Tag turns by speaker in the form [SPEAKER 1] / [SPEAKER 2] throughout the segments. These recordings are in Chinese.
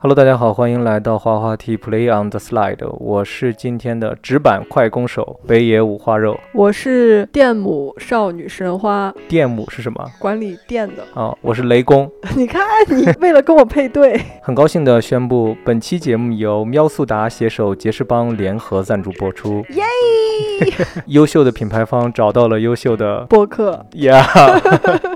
[SPEAKER 1] Hello，大家好，欢迎来到滑滑梯 Play on the Slide，我是今天的纸板快攻手北野五花肉。
[SPEAKER 2] 我是电母少女神花，
[SPEAKER 1] 电母是什么？
[SPEAKER 2] 管理电的。
[SPEAKER 1] 啊、我是雷公。
[SPEAKER 2] 你看，你为了跟我配对，
[SPEAKER 1] 很高兴地宣布，本期节目由喵速达携手杰士邦联合赞助播出。
[SPEAKER 2] 耶！
[SPEAKER 1] 优秀的品牌方找到了优秀的
[SPEAKER 2] 播客。
[SPEAKER 1] 呀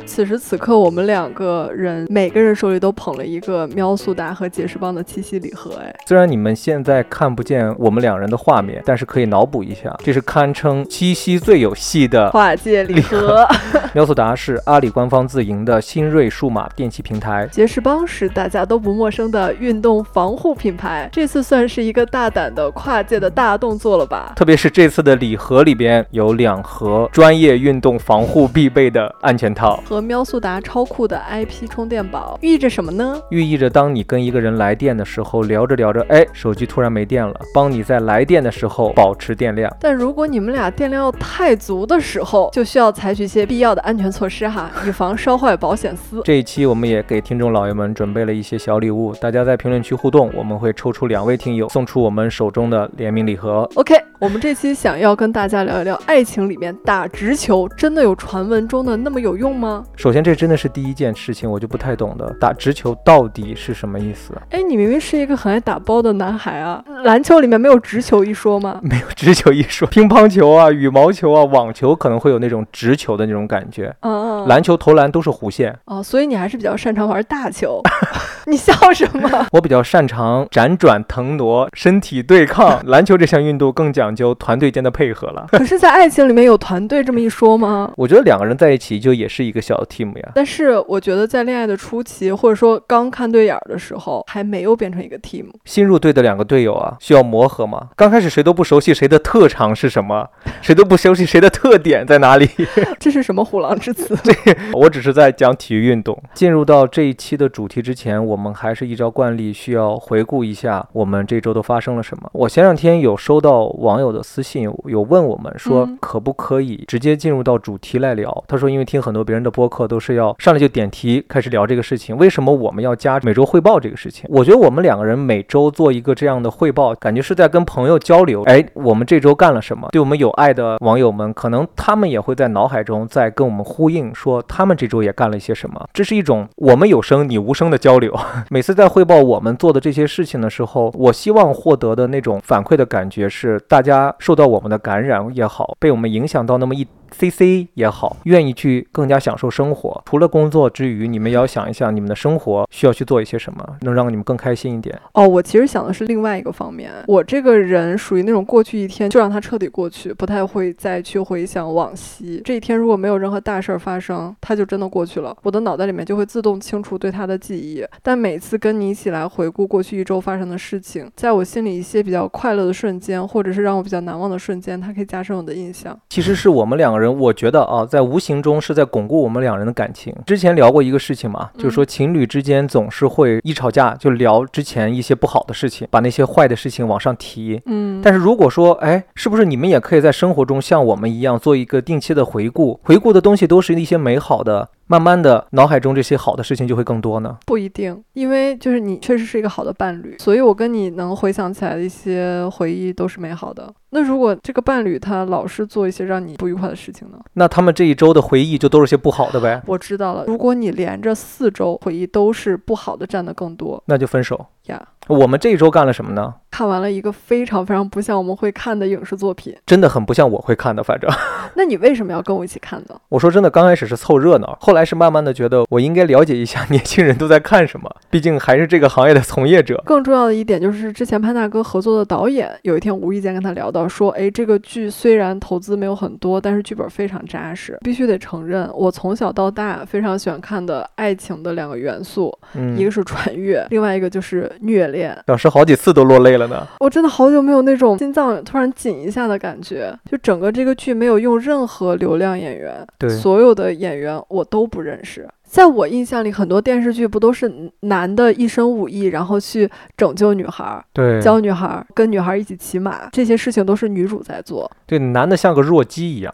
[SPEAKER 2] 此时此刻，我们两个人每个人手里都捧了一个喵速达和杰士邦的七夕礼盒。 哎，
[SPEAKER 1] 虽然你们现在看不见我们两人的画面，但是可以脑补一下，这是堪称七夕最有戏的
[SPEAKER 2] 跨界礼盒。
[SPEAKER 1] 喵速达是阿里官方自营的新锐数码电器平台。
[SPEAKER 2] 杰士邦是大家都不陌生的运动防护品牌，这次算是一个大胆的跨界的大动作了吧？
[SPEAKER 1] 特别是这次的礼盒里边有两盒专业运动防护必备的安全套，
[SPEAKER 2] 和喵速达超酷的 IP 充电宝寓意着什么呢？
[SPEAKER 1] 寓意着当你跟一个人来电的时候，聊着聊着，哎，手机突然没电了，帮你在来电的时候保持电量。
[SPEAKER 2] 但如果你们俩电量太足的时候，就需要采取一些必要的安全措施哈，以防烧坏保险丝。
[SPEAKER 1] 这一期我们也给听众老爷们准备了一些小礼物，大家在评论区互动，我们会抽出两位听友送出我们手中的联名礼盒。
[SPEAKER 2] OK，我们这期想要跟大家聊一聊，爱情里面打直球真的有传闻中的那么有用吗？
[SPEAKER 1] 首先，这真的是第一件事情，我就不太懂的，打直球到底是什么意思？
[SPEAKER 2] 哎，你明明是一个很爱打包的男孩啊，篮球里面没有直球一说吗？
[SPEAKER 1] 没有直球一说，乒乓球啊、羽毛球啊、网球可能会有那种直球的那种感觉，
[SPEAKER 2] 嗯，
[SPEAKER 1] 篮球投篮都是弧线。
[SPEAKER 2] 哦，所以你还是比较擅长玩大球， 你笑什么？
[SPEAKER 1] 我比较擅长辗转腾挪、身体对抗，篮球这项运动更讲究团队间的配合了。
[SPEAKER 2] 可是，在爱情里面有团队这么一说吗？
[SPEAKER 1] 我觉得两个人在一起就也是一个小 team 呀。
[SPEAKER 2] 但是我觉得在恋爱的初期，或者说刚看对眼儿的时候，还没有变成一个 team。
[SPEAKER 1] 新入队的两个队友啊，需要磨合嘛。刚开始谁都不熟悉谁的特长是什么，谁都不熟悉谁的特点在哪里。
[SPEAKER 2] 这是什么虎狼之词？
[SPEAKER 1] 我只是在讲体育运动。进入到这一期的主题之前，我们还是依照惯例需要回顾一下我们这周都发生了什么。我前两天有收到网友的私信，有问我们说
[SPEAKER 2] 嗯
[SPEAKER 1] 可不可以直接进入到主题来聊。他说，因为听很多别人的播客都是要上来就点题开始聊这个事情，为什么我们要加每周汇报这个事情？我觉得我们两个人每周做一个这样的汇报，感觉是在跟朋友交流。哎，我们这周干了什么？对我们有爱的网友们，可能他们也会在脑海中在跟我们呼应，说他们这周也干了一些什么。这是一种我们有声你无声的交流。每次在汇报我们做的这些事情的时候，我希望获得的那种反馈的感觉是，大家受到我们的感染也好，被我们影响到那么一 C C 也好，愿意去更加享受生活。除了工作之余，你们也要想一想，你们的生活需要去做一些什么，能让你们更开心一点。
[SPEAKER 2] 哦，我其实想的是另外一个方面。我这个人属于那种过去一天就让它彻底过去，不太会再去回想往昔。这一天如果没有任何大事儿发生，它就真的过去了。我的脑袋里面就会自动清除对它的记忆。但每次跟你一起来回顾过去一周发生的事情，在我心里一些比较快乐的瞬间，或者是让我比较难忘的瞬间，它可以加深我的印象。
[SPEAKER 1] 其实是我们两个人，我觉得啊，在无形中是在巩固我们两人的感情。之前聊过一个事情嘛，就是说情侣之间总是会一吵架就聊之前一些不好的事情，把那些坏的事情往上提。
[SPEAKER 2] 嗯，
[SPEAKER 1] 但是如果说，哎，是不是你们也可以在生活中像我们一样做一个定期的回顾？回顾的东西都是一些美好的，慢慢的脑海中这些好的事情就会更多呢。
[SPEAKER 2] 不一定，因为就是你确实是一个好的伴侣，所以我跟你能回想起来的一些回忆都是美好的。那如果这个伴侣他老是做一些让你不愉快的事情呢？
[SPEAKER 1] 那他们这一周的回忆就都是些不好的呗，
[SPEAKER 2] 我知道了，如果你连着四周回忆都是不好的占的更多
[SPEAKER 1] 那就分手。
[SPEAKER 2] 呀。
[SPEAKER 1] 我们这一周干了什么呢？
[SPEAKER 2] 看完了一个非常非常不像我们会看的影视作品，
[SPEAKER 1] 真的很不像我会看的，反正。
[SPEAKER 2] 那你为什么要跟我一起看呢？
[SPEAKER 1] 我说真的，刚开始是凑热闹，后来是慢慢的觉得我应该了解一下年轻人都在看什么，毕竟还是这个行业的从业者。
[SPEAKER 2] 更重要的一点就是，之前潘大哥合作的导演有一天无意间跟他聊到说，哎，这个剧虽然投资没有很多，但是剧本非常扎实。必须得承认，我从小到大非常喜欢看的爱情的两个元素，一
[SPEAKER 1] 嗯
[SPEAKER 2] 个，是穿越，另外一个就是虐恋。
[SPEAKER 1] 老师好几次都落泪了呢。
[SPEAKER 2] 我真的好久没有那种心脏突然紧一下的感觉。就整个这个剧没有用任何流量演员，
[SPEAKER 1] 对
[SPEAKER 2] 所有的演员我都不认识。在我印象里，很多电视剧不都是男的一身武艺，然后去拯救女孩儿、
[SPEAKER 1] 对，
[SPEAKER 2] 教女孩儿、跟女孩儿一起骑马，这些事情都是女主在做。
[SPEAKER 1] 对，男的像个弱鸡一样。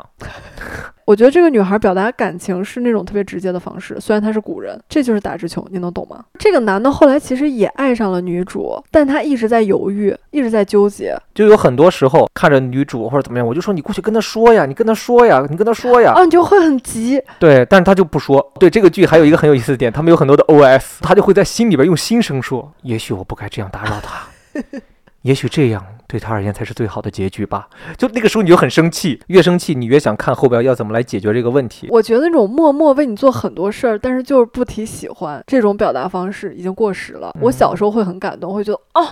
[SPEAKER 2] 我觉得这个女孩表达感情是那种特别直接的方式，虽然她是古人，这就是打直球，你能懂吗？这个男的后来其实也爱上了女主，但他一直在犹豫，一直在纠结。
[SPEAKER 1] 就有很多时候看着女主或者怎么样，我就说你过去跟他说呀，你跟他说呀，你跟他说呀。
[SPEAKER 2] 哦，你就会很急，
[SPEAKER 1] 对，但是他就不说。对这个剧还有一个很有意思的点，他们有很多的 OS，他就会在心里边用心声说：也许我不该这样打扰他，也许这样对他而言才是最好的结局吧。就那个时候你就很生气，越生气你越想看后边要怎么来解决这个问题。
[SPEAKER 2] 我觉得那种默默为你做很多事儿，但是就是不提喜欢这种表达方式已经过时了。我小时候会很感动，会觉得哦，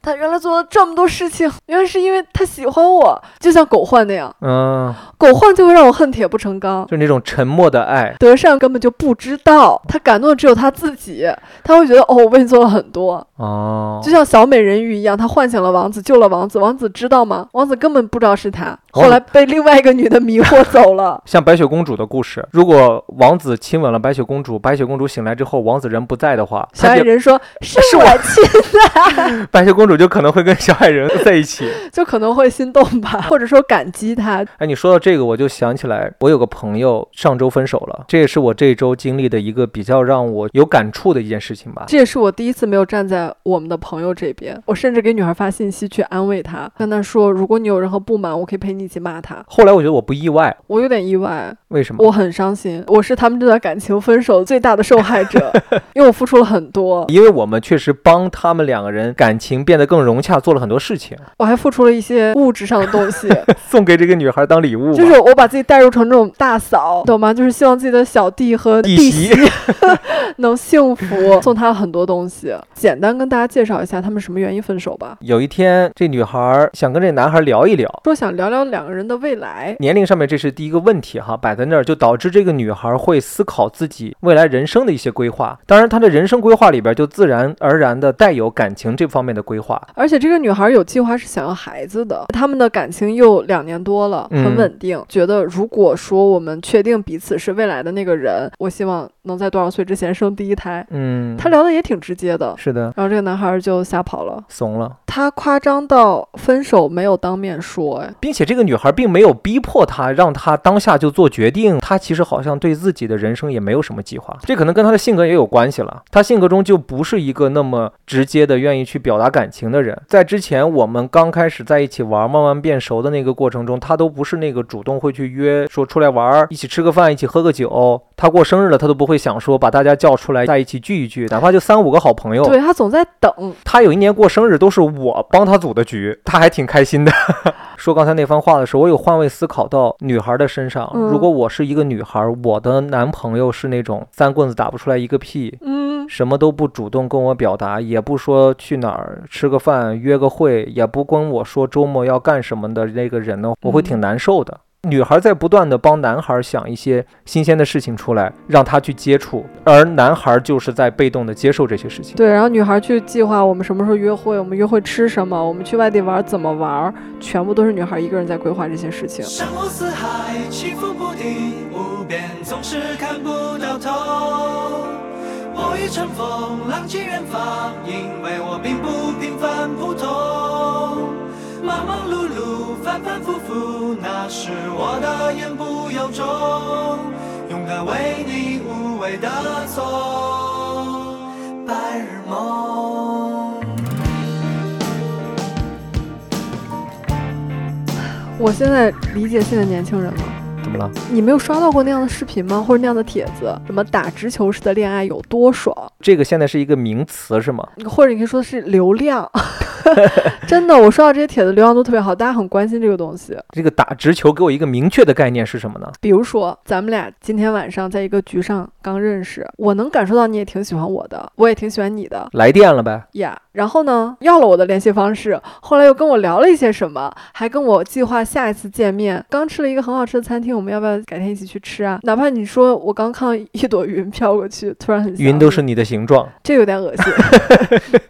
[SPEAKER 2] 他原来做了这么多事情，原来是因为他喜欢我，就像狗焕那样，
[SPEAKER 1] 嗯，
[SPEAKER 2] 狗焕就会让我恨铁不成钢。
[SPEAKER 1] 就是那种沉默的爱。
[SPEAKER 2] 德善根本就不知道，他感动的只有他自己，他会觉得哦，我为你做了很多，
[SPEAKER 1] 哦
[SPEAKER 2] 就，像小美人鱼一样，他唤醒了王子，救了王子，王子知道吗？王子根本不知道是他，
[SPEAKER 1] 王。
[SPEAKER 2] 后来被另外一个女的迷惑走了
[SPEAKER 1] 像白雪公主的故事，如果王子亲吻了白雪公主，白雪公主醒来之后，王子人不在的话，
[SPEAKER 2] 小
[SPEAKER 1] 她
[SPEAKER 2] 矮
[SPEAKER 1] 就
[SPEAKER 2] 人说：“是
[SPEAKER 1] 是
[SPEAKER 2] 我
[SPEAKER 1] 我
[SPEAKER 2] 亲
[SPEAKER 1] 白雪公主就可能会跟小矮人在一起。
[SPEAKER 2] 就可能会心动吧， 或者说感激他。
[SPEAKER 1] 哎，你说到这个，我就想起来，我有个朋友上周分手了，这也是我这一周经历的一个比较让我有感触的一件事情吧。
[SPEAKER 2] 这也是我第一次没有站在我们的朋友这边，我甚至给女孩发信息去安慰她，跟她说，如果你有任何不满，我可以陪你一起骂她。
[SPEAKER 1] 后来我觉得我不意外，
[SPEAKER 2] 我有点意外，
[SPEAKER 1] 为什么？
[SPEAKER 2] 我很伤心，我是他们这段感情分手最大的受害 者，因为我付出了很多，
[SPEAKER 1] 因为我们确实帮他们两个人感情变得更融洽，做了很多事情，
[SPEAKER 2] 我还付出了一些物质上的 东西，
[SPEAKER 1] 送给这个女孩当礼物吧。
[SPEAKER 2] 就是我把自己代入成这种大嫂，懂吗？就是希望自己的小弟和
[SPEAKER 1] 弟
[SPEAKER 2] 弟
[SPEAKER 1] 媳
[SPEAKER 2] 能幸 福，送他很多东西。简单跟大家介绍一下他们什么原因分手吧。
[SPEAKER 1] 有一天，这女孩想跟这男孩聊一聊，
[SPEAKER 2] 说想聊聊两个人的未来。
[SPEAKER 1] 年龄上面这是第一个问题哈，摆在那儿就导致这个女孩会思考自己未来人生的一些规划。当然，她的人生规划里边就自然而然的带有感情这方面的规划。
[SPEAKER 2] 而且这个女孩有计划是想要孩子的，他们的感情又两年多了，
[SPEAKER 1] 嗯
[SPEAKER 2] 很稳定。觉得如果说我们确定彼此是未来的那个人，我希望能在多少岁之前生第一胎。
[SPEAKER 1] 嗯，
[SPEAKER 2] 他聊的也挺直接的，
[SPEAKER 1] 是的，
[SPEAKER 2] 然后这个男孩就吓跑了。
[SPEAKER 1] 怂了，
[SPEAKER 2] 他夸张到分手没有当面说，哎，
[SPEAKER 1] 并且这个女孩并没有逼迫他，让他当下就做决定。她其实好像对自己的人生也没有什么计划，这可能跟她的性格也有关系了。她性格中就不是一个那么直接的愿意去表达感情的人。在之前我们刚开始在一起玩，慢慢变熟的那个过程中，她都不是那个主动会去约说出来玩儿，一起吃个饭，一起喝个酒。她过生日了，她都不会想说把大家叫出来在一起聚一聚，哪怕就三五个好朋友。
[SPEAKER 2] 对他总在等，
[SPEAKER 1] 他有一年过生日都是我帮他组的局，他还挺开心的。 说刚才那番话的时候，我有换位思考到女孩的身上。
[SPEAKER 2] 嗯
[SPEAKER 1] 如果我是一个女孩，我的男朋友是那种三棍子打不出来一个屁，
[SPEAKER 2] 嗯，
[SPEAKER 1] 什么都不主动跟我表达，也不说去哪儿吃个饭、约个会，也不跟我说周末要干什么的那个人
[SPEAKER 2] 嗯
[SPEAKER 1] 呢，我会挺难受的。女孩在不断的帮男孩想一些新鲜的事情出来，让他去接触，而男孩就是在被动的接受这些事情。
[SPEAKER 2] 对，然后女孩去计划我们什么时候约会，我们约会吃什么，我们去外地玩怎么玩，全部都是女孩一个人在规划这些事情。
[SPEAKER 3] 山盟四海，清风不敌，无边总是看不到头。我欲乘风，浪迹远方，因为我并不平凡普通。忙忙碌碌，反反复复，那是我的言不由衷。勇敢为你无畏的做白日梦。
[SPEAKER 2] 我现在理解现在年轻人了。
[SPEAKER 1] 怎么了？
[SPEAKER 2] 你没有刷到过那样的视频吗？或者那样的帖子？什么打直球式的恋爱有多爽？
[SPEAKER 1] 这个现在是一个名词是吗？
[SPEAKER 2] 或者你可以说是流量。真的，我刷到这些帖子流量都特别好，大家很关心这个东西。
[SPEAKER 1] 这个打直球给我一个明确的概念是什么呢？
[SPEAKER 2] 比如说，咱们俩今天晚上在一个局上刚认识，我能感受到你也挺喜欢我的，我也挺喜欢你的
[SPEAKER 1] 来电了呗。
[SPEAKER 2] 呀。然后呢，要了我的联系方式，后来又跟我聊了一些什么，还跟我计划下一次见面。刚吃了一个很好吃的餐厅，我们要不要改天一起去吃啊？哪怕你说我刚看到一朵云飘过去，突然很想
[SPEAKER 1] 云都
[SPEAKER 2] 你
[SPEAKER 1] 是你的形状，
[SPEAKER 2] 这有点恶心。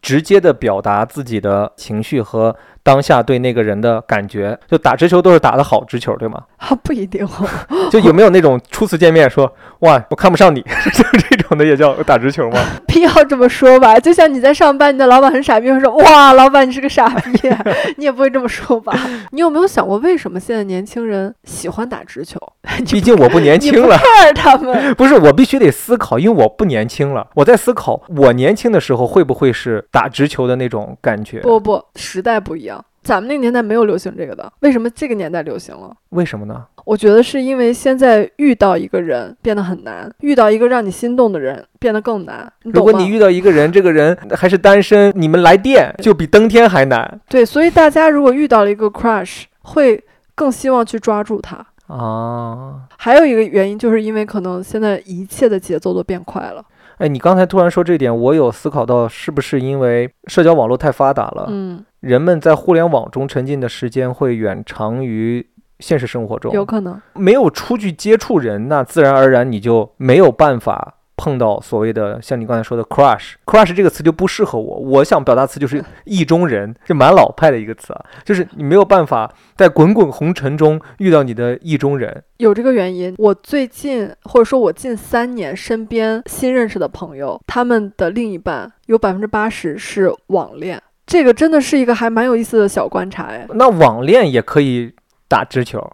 [SPEAKER 1] 直接的表达自己的情绪和当下对那个人的感觉。就打直球都是打的好直球，对吗？
[SPEAKER 2] 啊，不一定哦，
[SPEAKER 1] 就有没有那种初次见面说 哇我看不上你， 就是这种的也叫打直球吗？
[SPEAKER 2] 必要这么说吧？就像你在上班，你的老板很傻逼，会说哇，老板你是个傻逼，啊 你也不会这么说吧？你有没有想过为什么现在年轻人喜欢打 直球？
[SPEAKER 1] 毕竟我不年轻了。
[SPEAKER 2] 看他们，
[SPEAKER 1] 不是，我必须得思考，因为我不年轻了。我在思考，我年轻的时候会不会是打直球的那种感觉？
[SPEAKER 2] 不不，时代不一样，咱们那个年代没有流行这个的，为什么这个年代流行了？
[SPEAKER 1] 为什么呢？
[SPEAKER 2] 我觉得是因为现在遇到一个人变得很难，遇到一个让你心动的人变得更难。你
[SPEAKER 1] 如
[SPEAKER 2] 懂
[SPEAKER 1] 果
[SPEAKER 2] 吗？
[SPEAKER 1] 你遇到一个人，这个人还是单身，你们来电就比登天还难
[SPEAKER 2] 对，所以大家如果遇到了一个 crush，会更希望去抓住他。
[SPEAKER 1] 啊！
[SPEAKER 2] 还有一个原因，就是因为可能现在一切的节奏都变快了。
[SPEAKER 1] 哎，你刚才突然说这点，我有思考到，是不是因为社交网络太发达了，
[SPEAKER 2] 嗯，
[SPEAKER 1] 人们在互联网中沉浸的时间会远长于现实生活中？
[SPEAKER 2] 有可能。
[SPEAKER 1] 没有出去接触人，那自然而然你就没有办法碰到所谓的像你刚才说的 crush。crush 这个词就不适合我，我想表达词就是意中人，这蛮老派的一个词啊，就是你没有办法在滚滚红尘中遇到你的意中人。
[SPEAKER 2] 有这个原因，我最近或者说我近三年身边新认识的朋友，他们的另一半有百分之八十是网恋，这个真的是一个还蛮有意思的小观察哎。
[SPEAKER 1] 那网恋也可以打直球，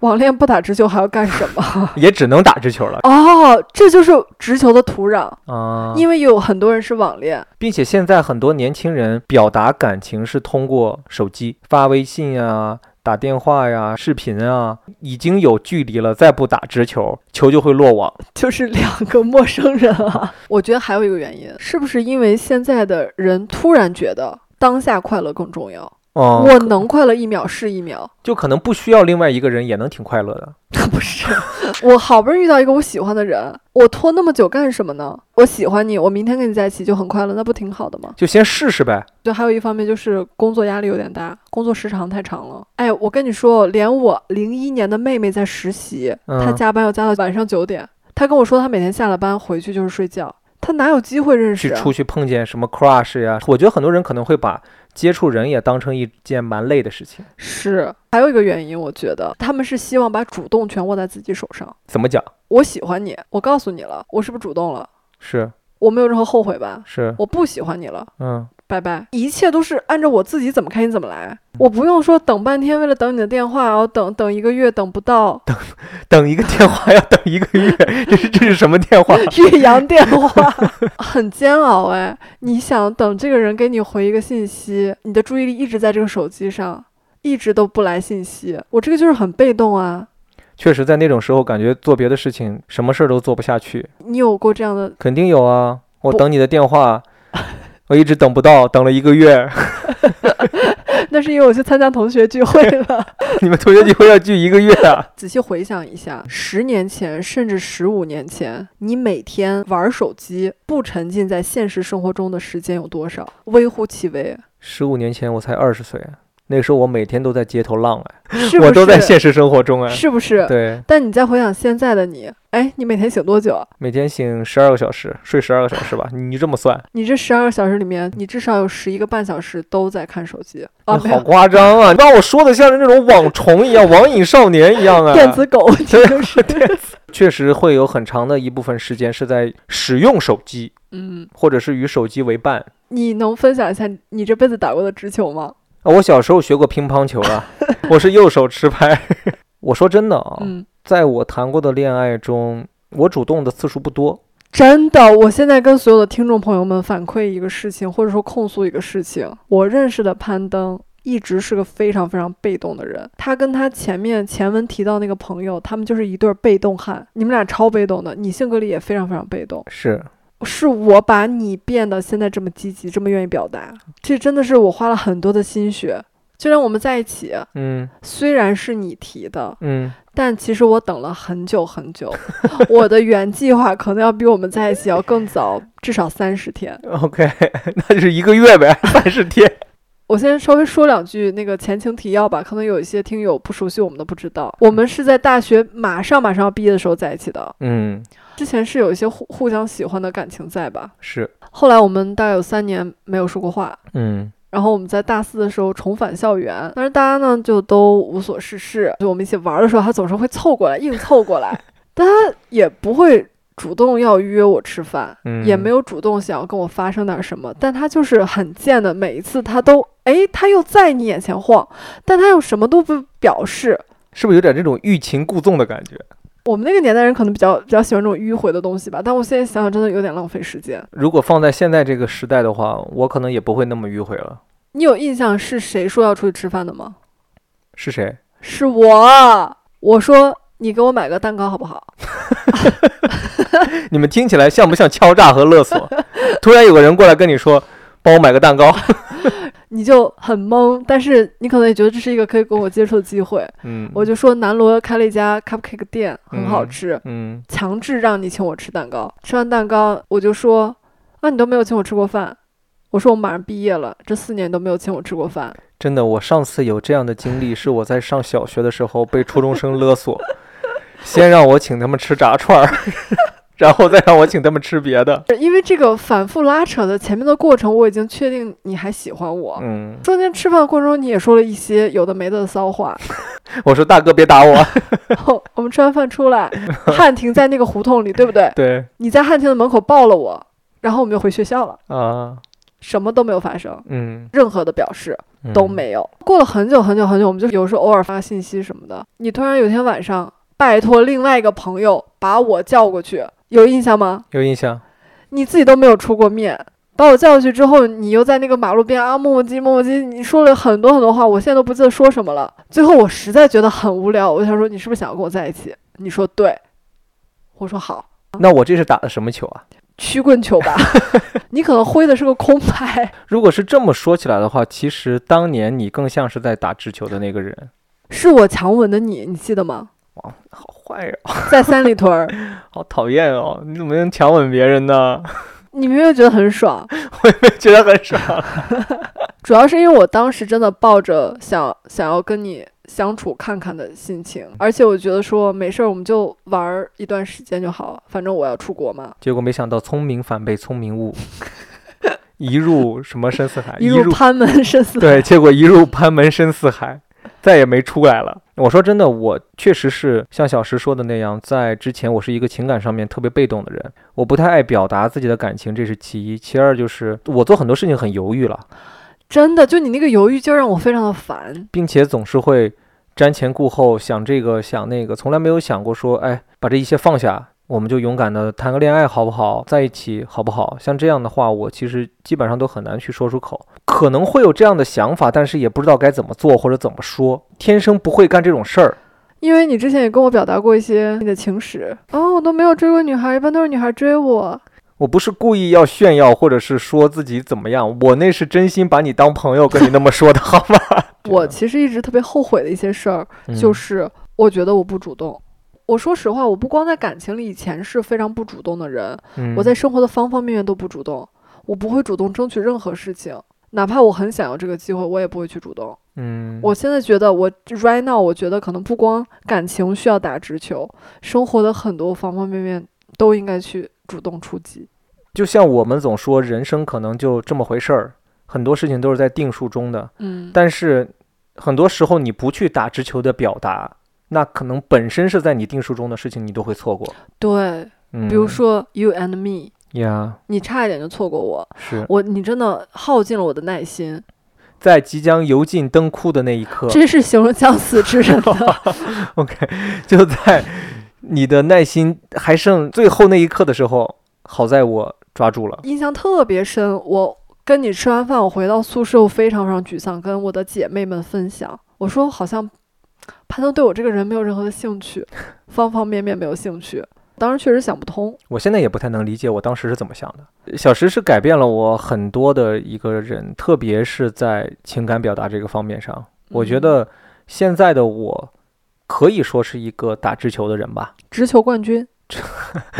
[SPEAKER 2] 网恋不打直球还要干什么？
[SPEAKER 1] 也只能打直球了
[SPEAKER 2] 哦，这就是直球的土壤，
[SPEAKER 1] 啊。
[SPEAKER 2] 因为有很多人是网恋，
[SPEAKER 1] 并且现在很多年轻人表达感情是通过手机发微信啊、打电话呀、视频啊，已经有距离了，再不打直球，球就会落网。
[SPEAKER 2] 就是两个陌生人啊。 我觉得还有一个原因，是不是因为现在的人突然觉得当下快乐更重要？
[SPEAKER 1] 哦、
[SPEAKER 2] 我能快乐一秒是一秒，
[SPEAKER 1] 就可能不需要另外一个人也能挺快乐的。
[SPEAKER 2] 不 是，我好不容易遇到一个我喜欢的人，我拖那么久干什么呢？我喜欢你，我明天跟你在一起就很快乐，那不挺好的吗？
[SPEAKER 1] 就先试试呗。
[SPEAKER 2] 对，还有一方面就是工作压力有点大，工作时长太长了。哎，我跟你说，连我零一年的妹妹在实习，她
[SPEAKER 1] 嗯
[SPEAKER 2] 加班要加到晚上九点，她跟我说她每天下了班回去就是睡觉，她哪有机会认识
[SPEAKER 1] 去
[SPEAKER 2] 啊？
[SPEAKER 1] 出去碰见什么 crush 呀？我觉得很多人可能会把接触人也当成一件蛮累的事情。
[SPEAKER 2] 是，还有一个原因，我觉得他们是希望把主动权握在自己手上。
[SPEAKER 1] 怎么讲？
[SPEAKER 2] 我喜欢你，我告诉你了，我是不是主动了？
[SPEAKER 1] 是
[SPEAKER 2] 我没有任何后悔吧？
[SPEAKER 1] 是，
[SPEAKER 2] 我不喜欢你了。
[SPEAKER 1] 嗯，
[SPEAKER 2] 拜拜，一切都是按照我自己怎么开心怎么来，我不用说等半天为了等你的电话，然后等等一个月等不到
[SPEAKER 1] 等一个电话要等一个月，这是这是什么电话？
[SPEAKER 2] 岳阳电话， 很煎熬哎。你想等这个人给你回一个信息，你的注意力一直在这个手机上，一直都不来信息，我这个就是很被动啊。
[SPEAKER 1] 确实，在那种时候，感觉做别的事情什么事儿都做不下去。
[SPEAKER 2] 你有过这样的？
[SPEAKER 1] 肯定有啊，我
[SPEAKER 2] 不
[SPEAKER 1] 等你的电话，我一直等不到，等了一个月。
[SPEAKER 2] 那是因为我去参加同学聚会了。
[SPEAKER 1] 你们同学聚会要聚一个月啊？
[SPEAKER 2] 仔细回想一下，十年前甚至十五年前，你每天玩手机不沉浸在现实生活中的时间有多少？微乎其 微，
[SPEAKER 1] 十五年前我才二十岁，啊那时候我每天都在街头浪哎。
[SPEAKER 2] 是不是？
[SPEAKER 1] 我都在现实生活中哎，
[SPEAKER 2] 是不是？
[SPEAKER 1] 对，
[SPEAKER 2] 但你再回想现在的你，哎，你每天醒多久啊？
[SPEAKER 1] 每天醒十二个小时，睡十二个小时吧，你这么算，
[SPEAKER 2] 你这十二个小时里面，你至少有十一个半小时都在看手机啊，
[SPEAKER 1] 你
[SPEAKER 2] 没
[SPEAKER 1] 好
[SPEAKER 2] 有
[SPEAKER 1] 夸张啊！你把我说的像是那种网虫一样，网瘾少年一样啊。
[SPEAKER 2] 电子狗，你就是
[SPEAKER 1] 确实会有很长的一部分时间是在使用手机，
[SPEAKER 2] 嗯。
[SPEAKER 1] 或者是与手机为伴。
[SPEAKER 2] 你能分享一下你这辈子打过的直球吗？
[SPEAKER 1] 啊，我小时候学过乒乓球 啊，我是右手持拍。 我说真的啊，
[SPEAKER 2] 嗯，
[SPEAKER 1] 在我谈过的恋爱中，我主动的次数不多，
[SPEAKER 2] 真的，我现在跟所有的听众朋友们反馈一个事情，或者说控诉一个事情，我认识的攀登。一直是个非常非常被动的人，他跟他前面前文提到那个朋友，他们就是一对儿被动汉，你们俩超被动的，你性格里也非常非常被动。
[SPEAKER 1] 是
[SPEAKER 2] 是我把你变得现在这么积极，这么愿意表达，这真的是我花了很多的心血。就让我们在一起，
[SPEAKER 1] 嗯
[SPEAKER 2] 虽然是你提的，
[SPEAKER 1] 嗯，
[SPEAKER 2] 但其实我等了很久很久。 我的原计划可能要比我们在一起要更早，至少三十天。
[SPEAKER 1] OK，那 就是一个月呗，三十 天。
[SPEAKER 2] 嗯我先稍微说两句那个前情提要吧，可能有一些听友不熟悉我们的，不知道，我们是在大学马上马上要毕业的时候在一起的，
[SPEAKER 1] 嗯，
[SPEAKER 2] 之前是有一些互互相喜欢的感情在吧？
[SPEAKER 1] 是，
[SPEAKER 2] 后来我们大概有三年没有说过话，
[SPEAKER 1] 嗯
[SPEAKER 2] 然后我们在大四的时候重返校园，但是大家呢就都无所事事，就我们一起玩的时候，他总是会凑过来，硬凑过来，但他也不会主动要约我吃饭，
[SPEAKER 1] 嗯
[SPEAKER 2] 也没有主动想要跟我发生点什么，但他就是很贱的，每一次他都。哎，他又在你眼前晃，但他又什么都不表示，
[SPEAKER 1] 是不是有点这种欲擒故纵的感觉？
[SPEAKER 2] 我们那个年代人可能比较比较喜欢这种迂回的东西吧，但我现在想想，真的有点浪费时间。
[SPEAKER 1] 如果放在现在这个时代的话，我可能也不会那么迂回了。
[SPEAKER 2] 你有印象是谁说要出去吃饭的吗？
[SPEAKER 1] 是谁？
[SPEAKER 2] 是我，我说你给我买个蛋糕好不好？
[SPEAKER 1] 你们听起来像不像敲诈和勒 索？突然有个人过来跟你说，帮我买个蛋糕。
[SPEAKER 2] 你就很懵，但是你可能也觉得这是一个可以跟我接触的机会。
[SPEAKER 1] 嗯，
[SPEAKER 2] 我就说南锣开了一家 cupcake 店，很好
[SPEAKER 1] 嗯
[SPEAKER 2] 吃，
[SPEAKER 1] 嗯，
[SPEAKER 2] 强制让你请我吃蛋糕。吃完蛋糕，我就说啊，你都没有请我吃过饭。我说我马上毕业了，这四年都没有请我吃过饭。
[SPEAKER 1] 真的，我上次有这样的经历，是我在上小学的时候被初中生勒索， 先让我请他们吃炸串儿， 然后再让我请他们吃别的。
[SPEAKER 2] 因为这个反复拉扯的前面的过程，我已经确定你还喜欢我。
[SPEAKER 1] 嗯，
[SPEAKER 2] 中间吃饭的过程中，你也说了一些有的没的骚话。
[SPEAKER 1] 我说大哥别打我，？
[SPEAKER 2] 然后我们吃完饭出来，汉庭在那个胡同里，对不对
[SPEAKER 1] 对
[SPEAKER 2] 你在汉庭的门口抱了我，然后我们就回学校了，
[SPEAKER 1] 啊，
[SPEAKER 2] 什么都没有发生，
[SPEAKER 1] 嗯，
[SPEAKER 2] 任何的表示
[SPEAKER 1] 嗯
[SPEAKER 2] 都。没有。过了很久很久很久，我们就有时候偶尔发信息什么的。你突然有一天晚上，拜托另外一个朋友把我叫过去，有印象吗？
[SPEAKER 1] 有印象，
[SPEAKER 2] 你自己都没有出过面，把我叫过去之后，你又在那个马路边啊磨磨唧磨磨唧，你说了很多很多话，我现在都不记得说什么了。最后我实在觉得很无聊，我就想说你是不是想要跟我在一起？你说对，我说好，
[SPEAKER 1] 那我这是打的什么球啊？
[SPEAKER 2] 曲棍球吧。 你可能挥的是个空拍，
[SPEAKER 1] 如果是这么说起来的话，其实当年你更像是在打直球的那个人。
[SPEAKER 2] 是我强吻的你，你记得吗？
[SPEAKER 1] 好坏呀、
[SPEAKER 2] 在三里屯儿，
[SPEAKER 1] 好讨厌哦！你怎么能强吻别人呢？
[SPEAKER 2] 你明明觉得很爽，
[SPEAKER 1] 觉得很爽。
[SPEAKER 2] 主要是因为我当时真的抱着想想要跟你相处看看的心情，而且我觉得说没事儿，我们就玩儿一段时间就好，反正我要出国嘛，
[SPEAKER 1] 结果没想到聪明反被聪明误，一入什么深似海，啊一
[SPEAKER 2] 一 入攀门深 思。
[SPEAKER 1] 对，结果一入攀门深似海，再也没出来了。我说真的，我确实是像小石说的那样，在之前我是一个情感上面特别被动的人，我不太爱表达自己的感情，这是其一。其二就是我做很多事情很犹豫了，
[SPEAKER 2] 真的，就你那个犹豫，就让我非常的烦。
[SPEAKER 1] 并且总是会瞻前顾后，想这个想那个，从来没有想过说，哎，把这一切放下，我们就勇敢的谈个恋爱好不好，在一起好不好？像这样的话，我其实基本上都很难去说出口，可能会有这样的想法，但是也不知道该怎么做或者怎么说，天生不会干这种事儿。
[SPEAKER 2] 因为你之前也跟我表达过一些你的情史，哦，我都没有追过女孩，一般都是女孩追我。
[SPEAKER 1] 我不是故意要炫耀，或者是说自己怎么样，我那是真心把你当朋友跟你那么说的，嗯好吗？
[SPEAKER 2] 我其实一直特别后悔的一些事儿，就是我觉得我不主动。我说实话，我不光在感情里以前是非常不主动的人，
[SPEAKER 1] 嗯
[SPEAKER 2] 我在生活的方方面面都不主动，我不会主动争取任何事情，哪怕我很想要这个机会，我也不会去主动。
[SPEAKER 1] 嗯，
[SPEAKER 2] 我现在觉得我 right now，我觉得可能不光感情需要打直球，生活的很多方方面面都应该去主动出击。
[SPEAKER 1] 就像我们总说，人生可能就这么回事儿，很多事情都是在定数中的。
[SPEAKER 2] 嗯，
[SPEAKER 1] 但是很多时候你不去打直球的表达，那可能本身是在你定数中的事情，你都会错过。
[SPEAKER 2] 对，
[SPEAKER 1] 嗯，
[SPEAKER 2] 比如说 you and me，
[SPEAKER 1] 呀
[SPEAKER 2] 你差一点就错过我，
[SPEAKER 1] 是
[SPEAKER 2] 我你真的耗尽了我的耐心，
[SPEAKER 1] 在即将油尽灯枯的那一刻
[SPEAKER 2] 这是形容将死之人的
[SPEAKER 1] ，OK，就在你的耐心还剩最后那一刻的时候，好在我抓住了。
[SPEAKER 2] 印象特别深。我跟你吃完饭，我回到宿舍，我非常非常沮丧，跟我的姐妹们分享，我说好像潘东对我这个人没有任何的兴趣， 方方面面没有兴趣。当时确实想不通，
[SPEAKER 1] 我现在也不太能理解我当时是怎么想的。小时是改变了我很多的一个人，特别是在情感表达这个方面上，我觉
[SPEAKER 2] 嗯
[SPEAKER 1] 得现在的我可以说是一个打直球的人吧。
[SPEAKER 2] 直球冠军，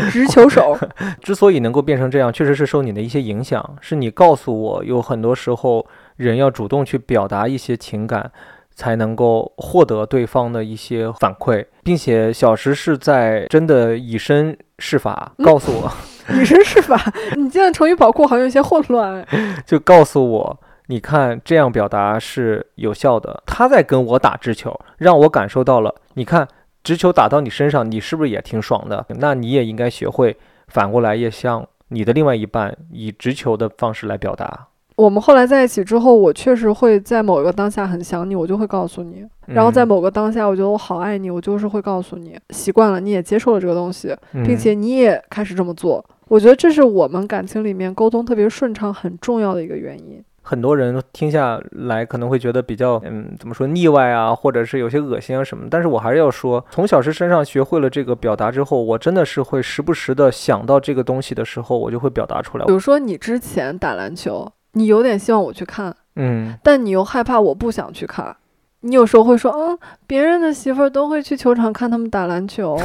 [SPEAKER 2] 直球手，
[SPEAKER 1] 之所以能够变成这样，确实是受你的一些影响，是你告诉我，有很多时候人要主动去表达一些情感，才能够获得对方的一些反馈，并且小时是在真的以身试法，告诉我，
[SPEAKER 2] 你真是吧？你现在成语宝库好像有些混乱哎。
[SPEAKER 1] 就告诉我你看这样表达是有效的。他在跟我打直球，让我感受到了。你看直球打到你身上，你是不是也挺爽的？那你也应该学会反过来，也向你的另外一半以直球的方式来表达。
[SPEAKER 2] 我们后来在一起之后，我确实会在某一个当下很想你，我就会告诉你。然后在
[SPEAKER 1] 嗯
[SPEAKER 2] 某个当下，我觉得我好爱你，我就是会告诉你。习惯了，你也接受了这个东西，并
[SPEAKER 1] 嗯
[SPEAKER 2] 且你也开始这么做。我觉得这是我们感情里面沟通特别顺畅很重要的一个原因。
[SPEAKER 1] 很多人听下来可能会觉得比较，嗯，怎么说腻歪啊，或者是有些恶心啊什么。但是我还是要说，从小是身上学会了这个表达之后，我真的是会时不时的想到这个东西的时候，我就会表达出来
[SPEAKER 2] 比。如说，你之前打篮球，你有点希望我去看，
[SPEAKER 1] 嗯，
[SPEAKER 2] 但你又害怕我不想去看。你有时候会说，嗯，别人的媳妇儿都会去球场看他们打 篮球，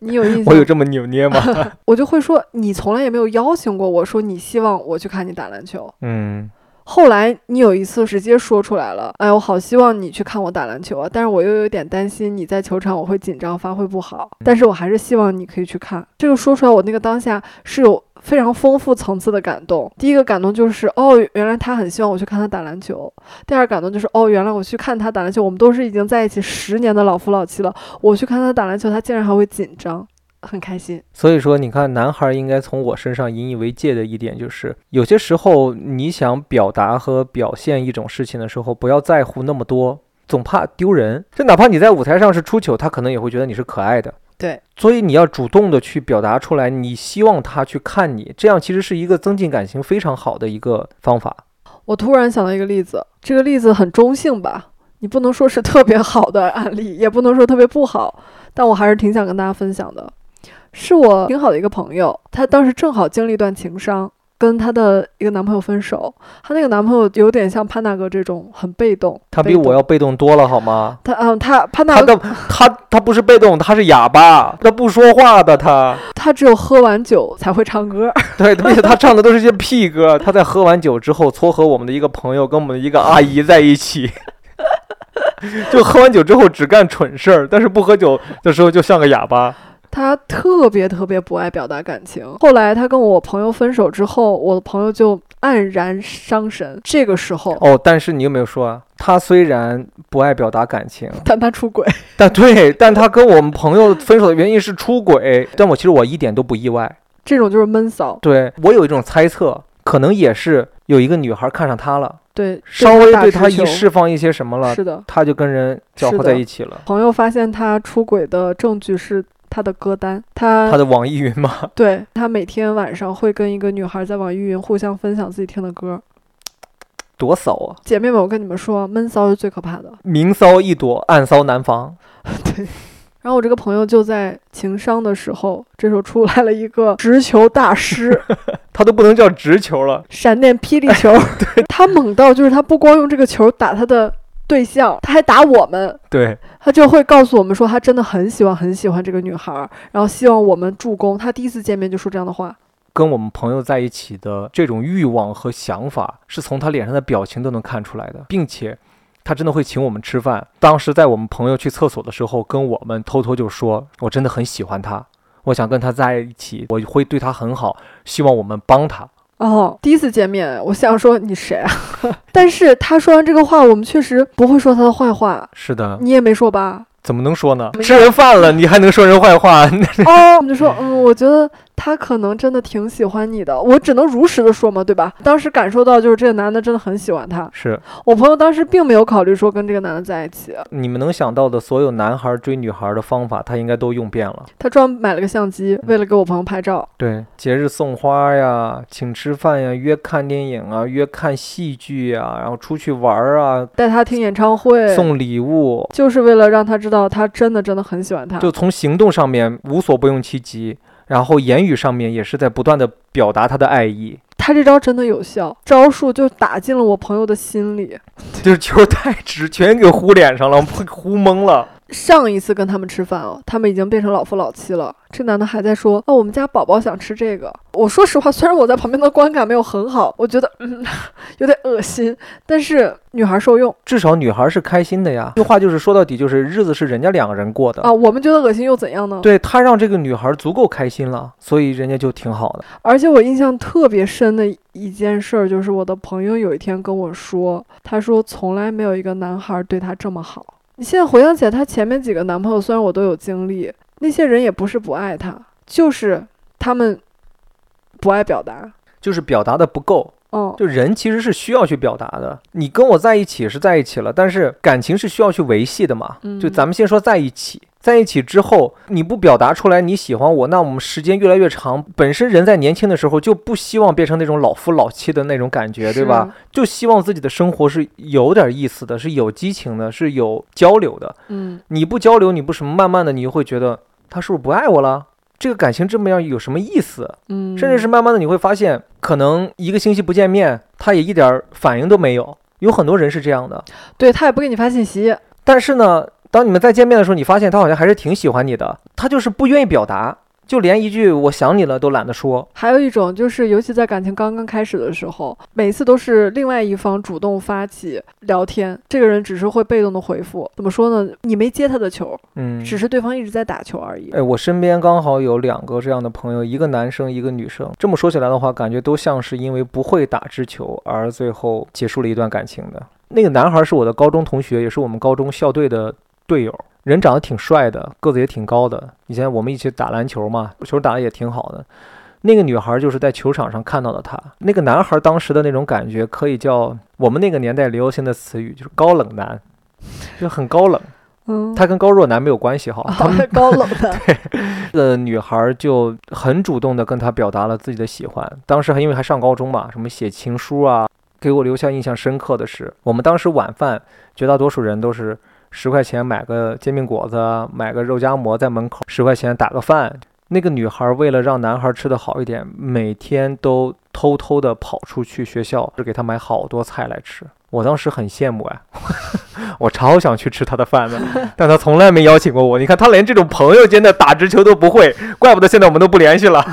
[SPEAKER 2] 你有印
[SPEAKER 1] 我有
[SPEAKER 2] 象？
[SPEAKER 1] 这么扭捏吗？
[SPEAKER 2] 我就会说，你从来也没有邀请过我说你希望我去看你打篮球。
[SPEAKER 1] 嗯
[SPEAKER 2] 后来你有一次直接说出来了，哎，我好希望你去看我打篮球啊，但是我又有点担心你在球场我会紧张发挥不好，但是我还是希望你可以去看。这个说出来，我那个当下是有非常丰富层次的感动。第一个感动就是哦，原来他很希望我去看他打篮球；第二感动就是哦，原来我去看他打篮球，我们都是已经在一起十年的老夫老妻了，我去看他打篮球，他竟然还会紧张，很开心。
[SPEAKER 1] 所以说，你看，男孩应该从我身上引以为戒的一点就是，有些时候你想表达和表现一种事情的时候，不要在乎那么多，总怕丢人。就哪怕你在舞台上是出糗，他可能也会觉得你是可爱的。
[SPEAKER 2] 对，
[SPEAKER 1] 所以你要主动的去表达出来，你希望他去看你，这样其实是一个增进感情非常好的一个方法。
[SPEAKER 2] 我突然想到一个例子，这个例子很中性吧，你不能说是特别好的案例，也不能说特别不好，但我还是挺想跟大家分享的。是我挺好的一个朋友，她当时正好经历一段情伤，跟她的一个男朋友分手。她那个男朋友有点像潘大哥这种很被动，
[SPEAKER 1] 他比
[SPEAKER 2] 被动
[SPEAKER 1] 我要被动多了，好吗？
[SPEAKER 2] 他嗯，他潘大
[SPEAKER 1] 他
[SPEAKER 2] 哥
[SPEAKER 1] 的他他不是被动，他是哑巴，他不说话的他。
[SPEAKER 2] 他只有喝完酒才会唱歌，
[SPEAKER 1] 对，而且他唱的都是些屁歌。他在喝完酒之后，撮合我们的一个朋友跟我们的一个阿姨在一起， 就喝完酒之后只干蠢事儿，但是不喝酒的时候就像个哑巴。
[SPEAKER 2] 他特别特别不爱表达感情。后来他跟我朋友分手之后，我的朋友就黯然伤神。这个时候，
[SPEAKER 1] 哦，但是你有没有说啊？他虽然不爱表达感情，
[SPEAKER 2] 但他出轨。
[SPEAKER 1] 但对，但他跟我们朋友分手的原因是出轨。但我其实我一点都不意外。
[SPEAKER 2] 这种就是闷骚，
[SPEAKER 1] 对我有一种猜测，可能也是有一个女孩看上他了，
[SPEAKER 2] 对，
[SPEAKER 1] 稍微
[SPEAKER 2] 大
[SPEAKER 1] 对
[SPEAKER 2] 直
[SPEAKER 1] 他一
[SPEAKER 2] 球
[SPEAKER 1] 释放一些什么了，
[SPEAKER 2] 是的。
[SPEAKER 1] 他就跟人搅
[SPEAKER 2] 是
[SPEAKER 1] 和
[SPEAKER 2] 的
[SPEAKER 1] 在一起了。
[SPEAKER 2] 朋友发现他出轨的证据是他的歌单，他
[SPEAKER 1] 他的网易云吗？
[SPEAKER 2] 对他每天晚上会跟一个女孩在网易云互相分享自己听的歌。
[SPEAKER 1] 多骚啊！
[SPEAKER 2] 姐妹们，我跟你们说，闷骚是最可怕的。
[SPEAKER 1] 明骚易躲，暗骚难防。
[SPEAKER 2] 对。然后我这个朋友就在情商的时候，这时候出来了一个直球大师，
[SPEAKER 1] 他都不能叫直球了，
[SPEAKER 2] 闪电霹雳 球。他猛到就是他不光用这个球打他的对象，他还打我们。
[SPEAKER 1] 对，
[SPEAKER 2] 他就会告诉我们说，他真的很喜欢很喜欢这个女孩儿，然后希望我们助攻。他第一次见面就说这样的话，
[SPEAKER 1] 跟我们朋友在一起的这种欲望和想法，是从他脸上的表情都能看出来的，并且他真的会请我们吃饭。当时在我们朋友去厕所的时候，跟我们偷偷就说：“我真的很喜欢他，我想跟他在一起，我会对他很好，希望我们帮他。
[SPEAKER 2] 哦，第一次见面，我想说你谁啊？ 但是他说完这个话，我们确实不会说他的坏话”，
[SPEAKER 1] 是的，
[SPEAKER 2] 你也没说吧？
[SPEAKER 1] 怎么能说呢？
[SPEAKER 2] 嗯没
[SPEAKER 1] 吃人饭了，你还能说人坏话？
[SPEAKER 2] 哦，我们就说，嗯，我觉得他可能真的挺喜欢你的，我只能如实的说嘛，对吧？当时感受到就是这个男的真的很喜欢她，
[SPEAKER 1] 是
[SPEAKER 2] 我朋友当时并没有考虑说跟这个男的在一起，
[SPEAKER 1] 你们能想到的所有男孩追女孩的方法，他应该都用遍了。
[SPEAKER 2] 他专门买了个相机，为了给我朋友拍照。
[SPEAKER 1] 对，节日送花呀，请吃饭呀，约看电影啊，约看戏剧呀，然后出去玩儿啊，
[SPEAKER 2] 带他听演唱会，
[SPEAKER 1] 送礼物，
[SPEAKER 2] 就是为了让他知道他真的真的很喜欢他。
[SPEAKER 1] 就从行动上面无所不用其极，然后言语上面也是在不断的表达他的爱意，
[SPEAKER 2] 他这招真的有效，招数就打进了我朋友的心里。
[SPEAKER 1] 就是球太直，全给呼脸上了，呼蒙了。
[SPEAKER 2] 上一次跟他们吃饭哦，他们已经变成老夫老妻了。这男的还在说哦，我们家宝宝想吃这个。我说实话，虽然我在旁边的观感没有很好，我觉得嗯 有点恶心，但是女孩受用
[SPEAKER 1] 至少女孩是开心的呀。这句话就是说到底就是日子是人家两个人过的。
[SPEAKER 2] 啊，我们觉得恶心又怎样呢？
[SPEAKER 1] 对他让这个女孩足够开心了，所以人家就挺好的。
[SPEAKER 2] 而且我印象特别深的一件事儿，就是我的朋友有一天跟我说，他说从来没有一个男孩儿对她这么好。你现在回想起来，她前面几个男朋友虽然我都有经历，那些人也不是不爱她，就是他们不爱表达。
[SPEAKER 1] 就是表达的不够，
[SPEAKER 2] 嗯，
[SPEAKER 1] 就人其实是需要去表达的。你跟我在一起是在一起了，但是感情是需要去维系的嘛。
[SPEAKER 2] 嗯
[SPEAKER 1] 就咱们先说在一起，在一起之后，你不表达出来你喜欢我，那我们时间越来越长，本身人在年轻的时候就不希望变成那种老夫老妻的那种感觉，对吧？就希望自己的生活是有点意思的，是有激情的，是有交流的。
[SPEAKER 2] 是？嗯，
[SPEAKER 1] 你不交流，你不什么，慢慢的你就会觉得他是不是不爱我了？这个感情这么样有什么意思？
[SPEAKER 2] 嗯，
[SPEAKER 1] 甚至是慢慢的你会发现，可能一个星期不见面，他也一点儿反应都没有。有很多人是这样的，
[SPEAKER 2] 对他也不给你发信息，
[SPEAKER 1] 但是呢，当你们再见面的时候，你发现他好像还是挺喜欢你的，他就是不愿意表达，就连一句“我想你了”都懒得说。
[SPEAKER 2] 还有一种就是，尤其在感情刚刚开始的时候，每次都是另外一方主动发起聊天，这个人只是会被动的回复。怎么说呢？你没接他的球，
[SPEAKER 1] 嗯，
[SPEAKER 2] 只是对方一直在打球而已。
[SPEAKER 1] 哎，我身边刚好有两个这样的朋友，一个男生，一个女生。这么说起来的话，感觉都像是因为不会打直球而最后结束了一段感情的。那个男孩是我的高中同学，也是我们高中校队的队友，人长得挺帅的，个子也挺高的。以前我们一起打篮球嘛，球打得也挺好的。那个女孩就是在球场上看到的他。那个男孩当时的那种感觉，可以叫我们那个年代流行的词语，就是高冷男，就很高冷。
[SPEAKER 2] 嗯，
[SPEAKER 1] 他跟高若男没有关系
[SPEAKER 2] 哦
[SPEAKER 1] 哈，他们
[SPEAKER 2] 高冷 的，
[SPEAKER 1] 这个女孩儿就很主动地跟他表达了自己的喜欢。当时还因为还上高中嘛，什么写情书啊，给我留下印象深刻的是，我们当时晚饭绝大多数人都是十块钱买个煎饼果子啊，买个肉夹馍，在门口十块钱打个饭。那个女孩儿为了让男孩儿吃得好一点，每天都偷偷地跑出去学校，就给他买好多菜来吃。我当时很羡慕哎， 我超想去吃他的饭的，但他从来没邀请过我。你看，他连这种朋友间的打直球都不会，怪不得现在我们都不联系了。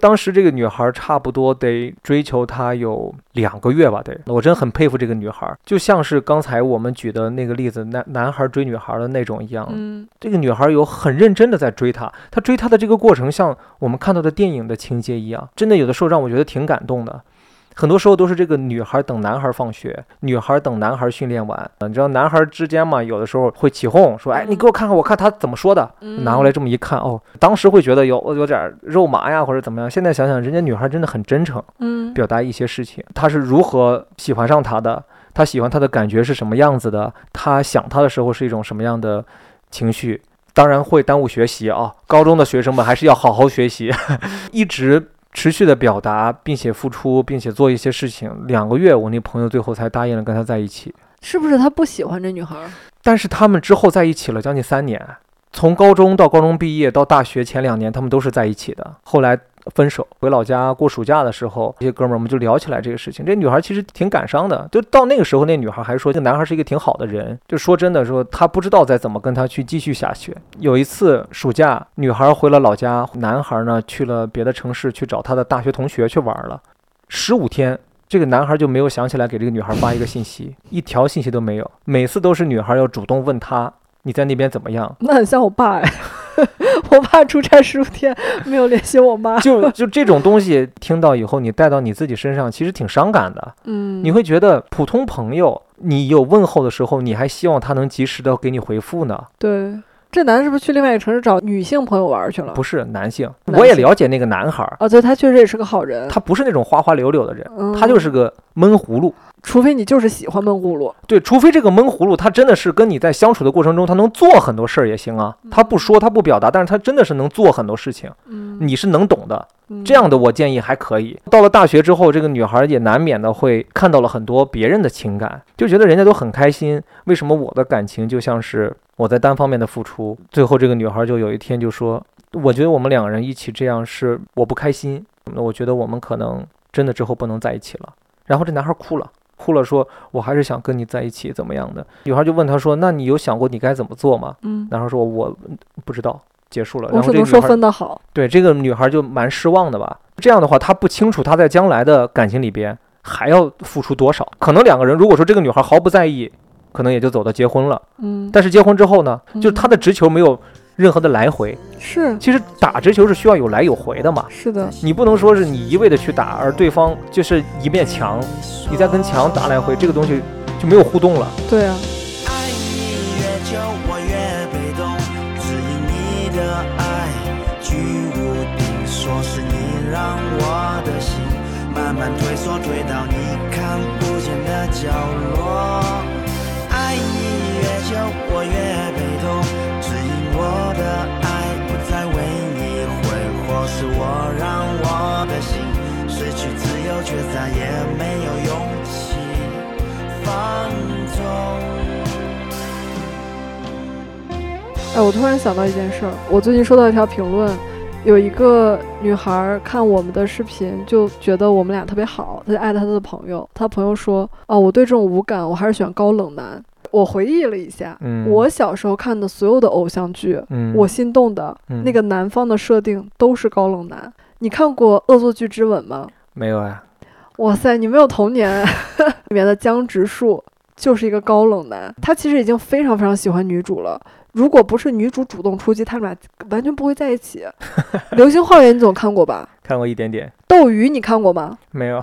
[SPEAKER 1] 当时这个女孩差不多得追求他有两个月吧，得。我真很佩服这个女孩，就像是刚才我们举的那个例子，男男孩追女孩的那种一样。
[SPEAKER 2] 嗯，
[SPEAKER 1] 这个女孩有很认真的在追他，她追他的这个过程像我们看到的电影的情节一样，真的有的时候让我觉得挺感动的。很多时候都是这个女孩等男孩放学，女孩等男孩训练完。你知道男孩之间嘛，有的时候会起哄说：“哎，你给我看看，我看他怎么说的。”
[SPEAKER 2] 嗯
[SPEAKER 1] 拿过来这么一看，哦，当时会觉得有有点肉麻呀，或者怎么样。现在想想，人家女孩真的很真诚，
[SPEAKER 2] 嗯，
[SPEAKER 1] 表达一些事情，她是如何喜欢上他的，她喜欢他的感觉是什么样子的，她想他的时候是一种什么样的情绪。当然会耽误学习啊，高中的学生们还是要好好学习， 一直持续的表达，并且付出，并且做一些事情。两个月，我那朋友最后才答应了跟他在一起。
[SPEAKER 2] 是不是他不喜欢这女孩儿？
[SPEAKER 1] 但是他们之后在一起了将近三年，从高中到高中毕业到大学前两年，他们都是在一起的。后来分手，回老家过暑假的时候，这些哥们儿我们就聊起来这个事情。这女孩其实挺感伤的，就到那个时候，那女孩还说这个男孩是一个挺好的人，就说真的说她不知道再怎么跟他去继续下去。有一次暑假，女孩回了老家，男孩呢去了别的城市去找他的大学同学去玩了，十五天。这个男孩就没有想起来给这个女孩发一个信息，一条信息都没有。每次都是女孩要主动问他你在那边怎么 样，
[SPEAKER 2] 那很像我爸哎，我爸出差十五天没有联系我妈，
[SPEAKER 1] 就就这种东西，听到以后你带到你自己身上，其实挺伤感的。
[SPEAKER 2] 嗯，
[SPEAKER 1] 你会觉得普通朋友，你有问候的时候，你还希望他能及时的给你回复呢。
[SPEAKER 2] 对这男的是不是去另外一个城市找女性朋友玩儿去了？
[SPEAKER 1] 不是男性，
[SPEAKER 2] 男性
[SPEAKER 1] 我也了解那个男孩儿，
[SPEAKER 2] 啊，对他确实也是个好人，
[SPEAKER 1] 他不是那种花花柳柳的人，
[SPEAKER 2] 嗯
[SPEAKER 1] 他就是个闷葫芦。
[SPEAKER 2] 除非你就是喜欢闷葫芦，
[SPEAKER 1] 对，除非这个闷葫芦他真的是跟你在相处的过程中，他能做很多事儿也行啊。他不说，他不表达，但是他真的是能做很多事情，
[SPEAKER 2] 嗯，
[SPEAKER 1] 你是能懂的。这样的我建议还可以。到了大学之后，这个女孩也难免的会看到了很多别人的情感，就觉得人家都很开心，为什么我的感情就像是我在单方面的付出？最后这个女孩就有一天就说：“我觉得我们两个人一起这样是我不开心，那我觉得我们可能真的之后不能在一起了。”然后这男孩哭了，哭了说，我还是想跟你在一起，怎么样的？女孩就问他说，那你有想过你该怎么做吗？
[SPEAKER 2] 嗯，
[SPEAKER 1] 男孩说，我不知道。结束了，
[SPEAKER 2] 我
[SPEAKER 1] 然后
[SPEAKER 2] 只
[SPEAKER 1] 这个
[SPEAKER 2] 能
[SPEAKER 1] 女
[SPEAKER 2] 说
[SPEAKER 1] 孩
[SPEAKER 2] 分的好，
[SPEAKER 1] 对这个女孩就蛮失望的吧。这样的话，她不清楚她在将来的感情里边还要付出多少。可能两个人如果说这个女孩毫不在意，可能也就走到结婚了。
[SPEAKER 2] 嗯，
[SPEAKER 1] 但是结婚之后呢，
[SPEAKER 2] 嗯
[SPEAKER 1] 就是她的直球没有任何的来回。
[SPEAKER 2] 是
[SPEAKER 1] 其实打直球是需要有来有回的嘛，
[SPEAKER 2] 是的，
[SPEAKER 1] 你不能说是你一味的去打，而对方就是一面墙，你在跟墙打来回，这个东西就没有互动了。
[SPEAKER 2] 对啊，
[SPEAKER 4] 爱你越久，我越被动，只因你的爱居无定所，是你让我的心慢慢退缩，退到你看不见的角落。爱你越久，我越被动，只因我的爱不再为你挥霍，是我让我的心失去自由，却再也没有勇气放纵。
[SPEAKER 2] 哎，我突然想到一件事儿，我最近收到一条评论，有一个女孩儿看我们的视频就觉得我们俩特别好，她就艾特她的朋友，她朋友说啊，我对这种无感，我还是喜欢高冷男。我回忆了一下，
[SPEAKER 1] 嗯，
[SPEAKER 2] 我小时候看的所有的偶像剧，
[SPEAKER 1] 嗯，
[SPEAKER 2] 我心动的
[SPEAKER 1] 嗯
[SPEAKER 2] 那个男方的设定都是高冷男。你看过《恶作剧之吻》吗？
[SPEAKER 1] 没有啊，
[SPEAKER 2] 哇塞，你没有童年！啊 里面的江直树就是一个高冷男，他其实已经非常非常喜欢女主了。如果不是女主主动出击，他们俩完全不会在一起。 《流星花园》你总看过吧？
[SPEAKER 1] 看过一点点。
[SPEAKER 2] 《斗鱼》你看过吗？
[SPEAKER 1] 没有，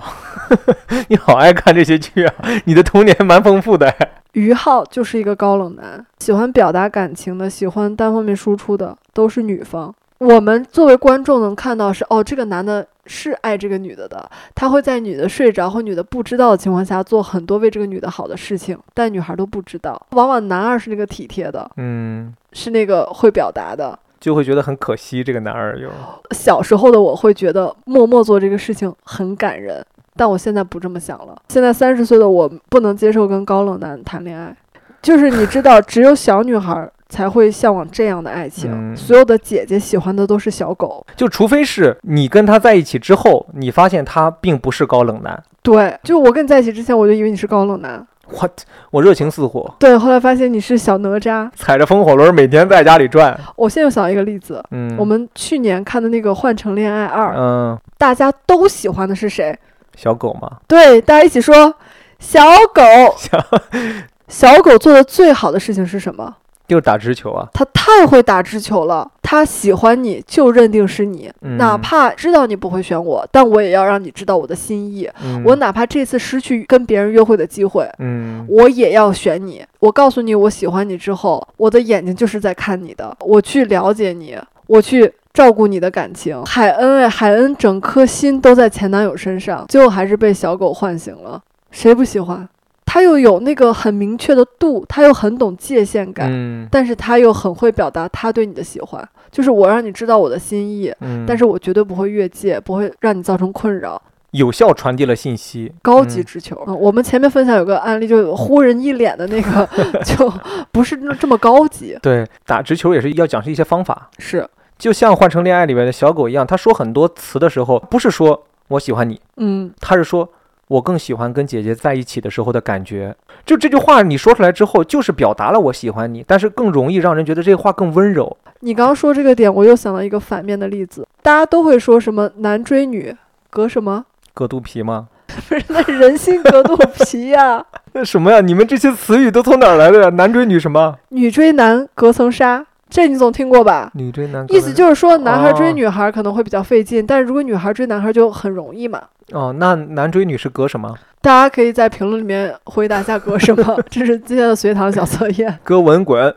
[SPEAKER 1] 你好爱看这些剧啊！你的童年蛮丰富的。
[SPEAKER 2] 于浩就是一个高冷男，喜欢表达感情的，喜欢单方面输出的都是女方。我们作为观众能看到是哦，这个男的是爱这个女的的，他会在女的睡着或女的不知道的情况下做很多为这个女的好的事情，但女孩都不知道。往往男二是那个体贴的，
[SPEAKER 1] 嗯，
[SPEAKER 2] 是那个会表达的。
[SPEAKER 1] 就会觉得很可惜，这个男二有。
[SPEAKER 2] 小时候的我会觉得默默做这个事情很感人，但我现在不这么想了。现在三十岁的我不能接受跟高冷男谈恋爱，就是你知道，只有小女孩才会向往这样的爱情。
[SPEAKER 1] 嗯
[SPEAKER 2] 所有的姐姐喜欢的都是小狗，
[SPEAKER 1] 就除非是你跟他在一起之后，你发现他并不是高冷男。
[SPEAKER 2] 对，就我跟你在一起之前，我就以为你是高冷男，
[SPEAKER 1] What？我热情似火，
[SPEAKER 2] 对，后来发现你是小哪吒。
[SPEAKER 1] 踩着风火轮每天在家里转。
[SPEAKER 2] 我现在又想到一个例子，
[SPEAKER 1] 嗯，
[SPEAKER 2] 我们去年看的那个《换乘恋爱二》，
[SPEAKER 1] 嗯，
[SPEAKER 2] 大家都喜欢的是谁？
[SPEAKER 1] 小狗嘛，
[SPEAKER 2] 对，大家一起说，小狗，
[SPEAKER 1] 小
[SPEAKER 2] 小狗做的最好的事情是什么？
[SPEAKER 1] 就是打直球啊。
[SPEAKER 2] 它太会打直球了，它喜欢你就认定是你，
[SPEAKER 1] 嗯、
[SPEAKER 2] 哪怕知道你不会选我，但我也要让你知道我的心意。
[SPEAKER 1] 嗯
[SPEAKER 2] 我哪怕这次失去跟别人约会的机会，
[SPEAKER 1] 嗯
[SPEAKER 2] 我也要选你。我告诉你我喜欢你之后，我的眼睛就是在看你的，我去了解你，我去照顾你的感情。海恩哎，海恩整颗心都在前男友身上，最后还是被小狗唤醒了。谁不喜欢？他又有那个很明确的度，他又很懂界限感，
[SPEAKER 1] 嗯
[SPEAKER 2] 但是他又很会表达他对你的喜欢，就是我让你知道我的心意。
[SPEAKER 1] 嗯，
[SPEAKER 2] 但是我绝对不会越界，不会让你造成困扰。
[SPEAKER 1] 有效传递了信息。
[SPEAKER 2] 高级
[SPEAKER 1] 嗯
[SPEAKER 2] 直球、嗯我们前面分享有个案例，就呼人一脸的那 个，就不是那这么高级。
[SPEAKER 1] 对，打直球也是要讲究一些方法。
[SPEAKER 2] 是，
[SPEAKER 1] 就像《换乘恋爱》里面的小狗一样，他说很多词的时候，不是说我喜欢你，
[SPEAKER 2] 嗯，
[SPEAKER 1] 他是说我更喜欢跟姐姐在一起的时候的感觉。就这句话你说出来之后，就是表达了我喜欢你，但是更容易让人觉得这话更温柔。
[SPEAKER 2] 你刚刚说这个点，我又想到一个反面的例子，大家都会说什么男追女隔什 么，
[SPEAKER 1] 割肚皮吗？
[SPEAKER 2] 不是那人心隔肚皮呀、
[SPEAKER 1] 那什么呀？你们这些词语都从哪儿来的呀？男追女什么？
[SPEAKER 2] 女追男隔层纱，这你总听过吧？
[SPEAKER 1] 女追男
[SPEAKER 2] 意思就是说，男孩追
[SPEAKER 1] 哦
[SPEAKER 2] 女嗯孩可能会比较费劲，但是如果女孩追男孩就很容易嘛。
[SPEAKER 1] 哦，那男追女是隔什么？
[SPEAKER 2] 大家可以在评论里面回答一下隔什 么，这是今天的随堂小测验。
[SPEAKER 1] 割文滚。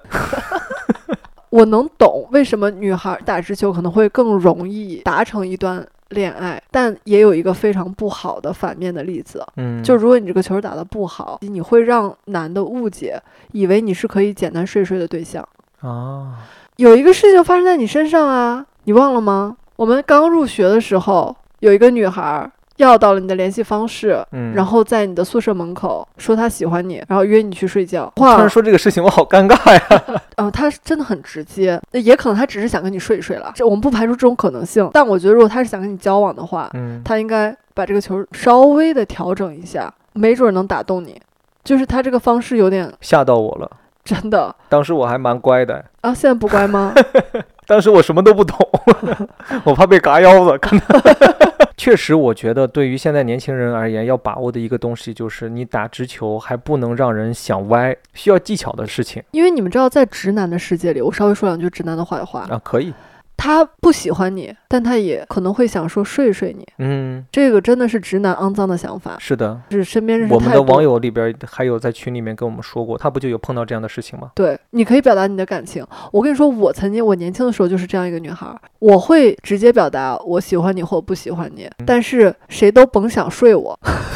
[SPEAKER 2] 我能懂为什么女孩打直球可能会更容易达成一段恋爱，但也有一个非常不好的反面的例子，
[SPEAKER 1] 嗯，
[SPEAKER 2] 就如果你这个球打得不好，你会让男的误解，以为你是可以简单睡睡的对象。
[SPEAKER 1] 啊，
[SPEAKER 2] 有一个事情发生在你身上啊，你忘了吗？我们刚入学的时候，有一个女孩要到了你的联系方式。
[SPEAKER 1] 嗯，
[SPEAKER 2] 然后在你的宿舍门口说她喜欢你，然后约你去睡觉。
[SPEAKER 1] 突
[SPEAKER 2] 哇
[SPEAKER 1] 然，说这个事情，我好尴尬呀。
[SPEAKER 2] 嗯，他是真的很直接，也可能他只是想跟你睡一睡了，这我们不排除这种可能性。但我觉得，如果他是想跟你交往的话，
[SPEAKER 1] 嗯，
[SPEAKER 2] 他应该把这个球稍微的调整一下，没准儿能打动你。就是他这个方式有点
[SPEAKER 1] 吓到我了。
[SPEAKER 2] 真的
[SPEAKER 1] 当时我还蛮乖的，
[SPEAKER 2] 啊，现在不乖吗？
[SPEAKER 1] 当时我什么都不 懂，我怕被嘎腰子。可能 确实，我觉得对于现在年轻人而言，要把握的一个东西就是，你打直球还不能让人想歪，需要技巧的事情
[SPEAKER 2] 因为你们知道，在直男的世界里，我稍微说两句直男的坏话，
[SPEAKER 1] 啊，可以，
[SPEAKER 2] 他不喜欢你，但他也可能会想说睡睡你，
[SPEAKER 1] 嗯，
[SPEAKER 2] 这个真的是直男肮脏的想法。
[SPEAKER 1] 是的。
[SPEAKER 2] 是身边认识
[SPEAKER 1] 我们
[SPEAKER 2] 太
[SPEAKER 1] 的
[SPEAKER 2] 多
[SPEAKER 1] 网友里边还有在群里面跟我们说过，他不就有碰到这样的事情吗？
[SPEAKER 2] 对，你可以表达你的感情。我跟你说，我曾经我年轻的时候就是这样一个女孩儿，我会直接表达我喜欢你或我不喜欢
[SPEAKER 1] 嗯
[SPEAKER 2] 你，但是谁都甭想睡我。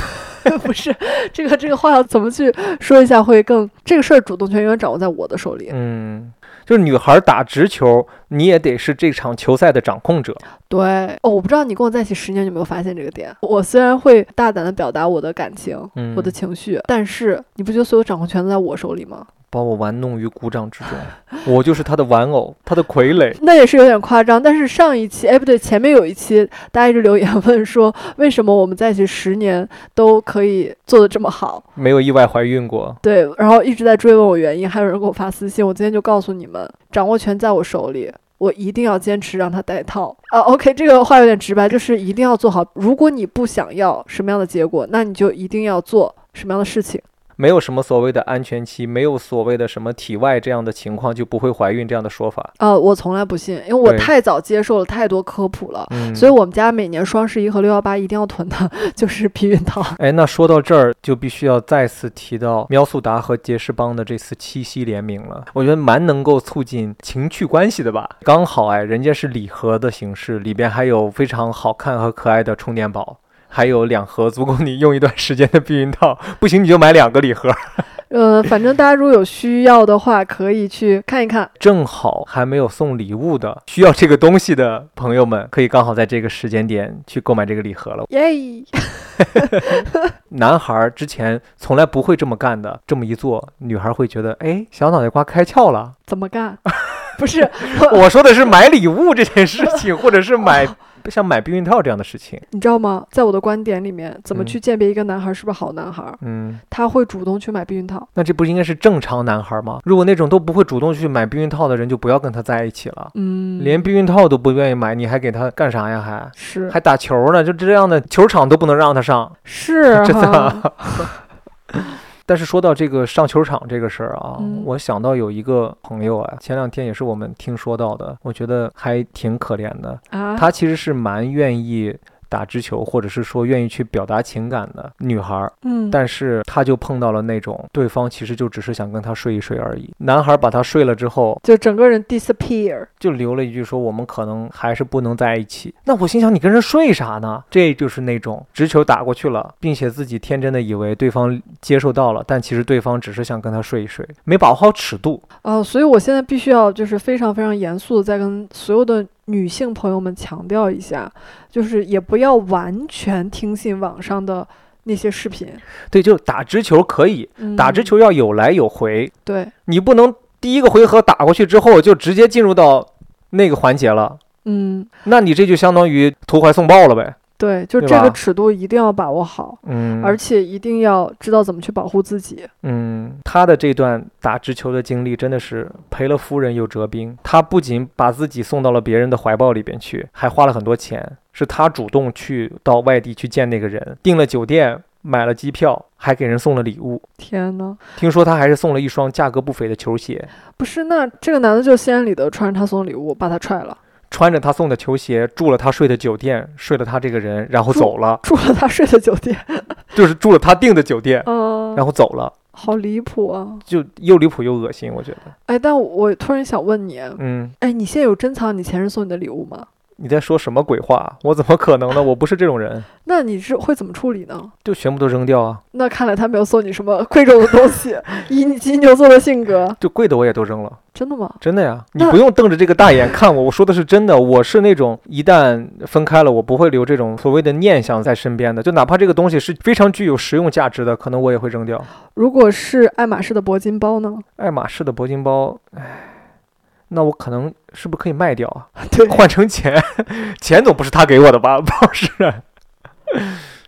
[SPEAKER 2] 不是这个这个话要怎么去说一下会更这个事儿主动权永远掌握在我的手里。
[SPEAKER 1] 嗯，就是女孩打直球，你也得是这场球赛的掌控者。
[SPEAKER 2] 对哦，我不知道你跟我在一起十年有没有发现这个点。我虽然会大胆的表达我的感情、
[SPEAKER 1] 嗯，
[SPEAKER 2] 我的情绪，但是你不觉得所有掌控权都在我手里吗？
[SPEAKER 1] 把我玩弄于股掌之中，我就是他的玩偶，他的傀儡。
[SPEAKER 2] 那也是有点夸张，但是上一期，哎，不对，前面有一期，大家一直留言 问说，为什么我们在一起十年都可以做的这么好？
[SPEAKER 1] 没有意外怀孕过，
[SPEAKER 2] 对，然后一直在追问我原因，还有人给我发私信，我今天就告诉你们，掌握权在我手里，我一定要坚持让他戴套啊。OK，这个话有点直白，就是一定要做好。如果你不想要什么样的结果，那你就一定要做什么样的事情。
[SPEAKER 1] 没有什么所谓的安全期，没有所谓的什么体外这样的情况就不会怀孕这样的说法。
[SPEAKER 2] 啊，我从来不信，因为我
[SPEAKER 1] 对
[SPEAKER 2] 太早接受了太多科普了。
[SPEAKER 1] 嗯，
[SPEAKER 2] 所以我们家每年双十一和六幺八一定要囤的 就是避孕套。
[SPEAKER 1] 哎，那说到这儿，就必须要再次提到喵速达和杰士邦的这次七夕联名了。我觉得蛮能够促进情趣关系的吧。刚好哎，人家是礼盒的形式，里边还有非常好看和可爱的充电宝，还有两盒足够你用一段时间的避孕套。不行，你就买两个礼盒。
[SPEAKER 2] 呃，反正大家如果有需要的话，可以去看一看。
[SPEAKER 1] 正好还没有送礼物的，需要这个东西的朋友们，可以刚好在这个时间点去购买这个礼盒了。
[SPEAKER 2] 耶、
[SPEAKER 1] 男孩儿之前从来不会这么干的，这么一做，女孩儿会觉得，哎，小脑袋瓜开窍了。
[SPEAKER 2] 怎么干？ 不是我，
[SPEAKER 1] 我说的是买礼物这件事情，或者是买像买避孕套这样的事情。
[SPEAKER 2] 你知道吗？在我的观点里面，怎么
[SPEAKER 1] 嗯
[SPEAKER 2] 去鉴别一个男孩是不是好男孩？
[SPEAKER 1] 嗯，
[SPEAKER 2] 他会主动去买避孕套。
[SPEAKER 1] 那这不应该是正常男孩儿吗？如果那种都不会主动去买避孕套的人，就不要跟他在一起了。
[SPEAKER 2] 嗯，
[SPEAKER 1] 连避孕套都不愿意买，你还给他干啥呀？还
[SPEAKER 2] 是
[SPEAKER 1] 还打球呢？就这样的球场都不能让他上。
[SPEAKER 2] 是
[SPEAKER 1] 真的
[SPEAKER 2] 哈，
[SPEAKER 1] 但是说到这个上球场这个事儿啊，
[SPEAKER 2] 嗯
[SPEAKER 1] 我想到有一个朋友啊，前两天也是我们听说到的，我觉得还挺可怜的。
[SPEAKER 2] 啊，
[SPEAKER 1] 她其实是蛮愿意打直球，或者是说愿意去表达情感的女孩儿，
[SPEAKER 2] 嗯，
[SPEAKER 1] 但是她就碰到了那种对方其实就只是想跟她睡一睡而已。男孩把她睡了之后，
[SPEAKER 2] 就整个人 disappear。
[SPEAKER 1] 就留了一句说我们可能还是不能在一起。那我心想你跟人睡啥呢？这就是那种直球打过去了，并且自己天真的以为对方接受到了，但其实对方只是想跟他睡一睡，没把握好尺度。
[SPEAKER 2] 哦，所以我现在必须要就是非常非常严肃的在跟所有的女性朋友们强调一下，就是也不要完全听信网上的那些视频。
[SPEAKER 1] 对，就打直球可以，
[SPEAKER 2] 嗯、
[SPEAKER 1] 打直球要有来有回，
[SPEAKER 2] 对，
[SPEAKER 1] 你不能第一个回合打过去之后就直接进入到那个环节了，
[SPEAKER 2] 嗯，
[SPEAKER 1] 那你这就相当于投怀送抱了呗。
[SPEAKER 2] 对，就
[SPEAKER 1] 对
[SPEAKER 2] 这
[SPEAKER 1] 吧
[SPEAKER 2] 个尺度一定要把握好，
[SPEAKER 1] 嗯，
[SPEAKER 2] 而且一定要知道怎么去保护自己。
[SPEAKER 1] 嗯，他的这段打直球的经历真的是赔了夫人又折兵。他不仅把自己送到了别人的怀抱里边去，还花了很多钱，是他主动去到外地去见那个人，订了酒店，买了机票，还给人送了礼物。
[SPEAKER 2] 天呐，
[SPEAKER 1] 听说他还是送了一双价格不菲的球鞋，
[SPEAKER 2] 不是，那这个男的就心安理得穿着他送的礼物把他踹了，
[SPEAKER 1] 穿着他送的球鞋，住了他睡的酒店，睡了他这个人，然后
[SPEAKER 2] 住
[SPEAKER 1] 走了，
[SPEAKER 2] 住了他睡的酒店。
[SPEAKER 1] 就是住了他订的酒店，
[SPEAKER 2] 嗯、
[SPEAKER 1] 然后走了，
[SPEAKER 2] 好离谱啊！
[SPEAKER 1] 就又离谱又恶心，我觉得。
[SPEAKER 2] 哎，但我突然想问你，
[SPEAKER 1] 嗯，
[SPEAKER 2] 哎，你现在有珍藏你前任送你的礼物吗？
[SPEAKER 1] 你在说什么鬼话？啊我怎么可能呢？我不是这种人。
[SPEAKER 2] 那你是会怎么处理呢？
[SPEAKER 1] 就全部都扔掉啊！
[SPEAKER 2] 那看来他没有送你什么贵重的东西，以你金牛座的性格，
[SPEAKER 1] 就贵的我也都扔了，
[SPEAKER 2] 真的吗？
[SPEAKER 1] 真的呀！你
[SPEAKER 2] 那
[SPEAKER 1] 不用瞪着这个大眼看我，我说的是真的。我是那种一旦分开了，我不会留这种所谓的念想在身边的，就哪怕这个东西是非常具有实用价值的，可能我也会扔掉。
[SPEAKER 2] 如果是爱马仕的铂金包呢？
[SPEAKER 1] 爱马仕的铂金包，唉，那我可能是不是可以卖掉啊？
[SPEAKER 2] 对，
[SPEAKER 1] 换成钱，钱总不是他给我的吧？不是。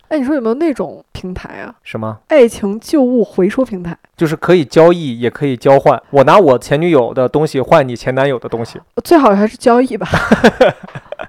[SPEAKER 2] 哎，你说有没有那种平台啊？
[SPEAKER 1] 什么？
[SPEAKER 2] 爱情旧物回收平台，
[SPEAKER 1] 就是可以交易，也可以交换。我拿我前女友的东西换你前男友的东西，
[SPEAKER 2] 最好还是交易吧。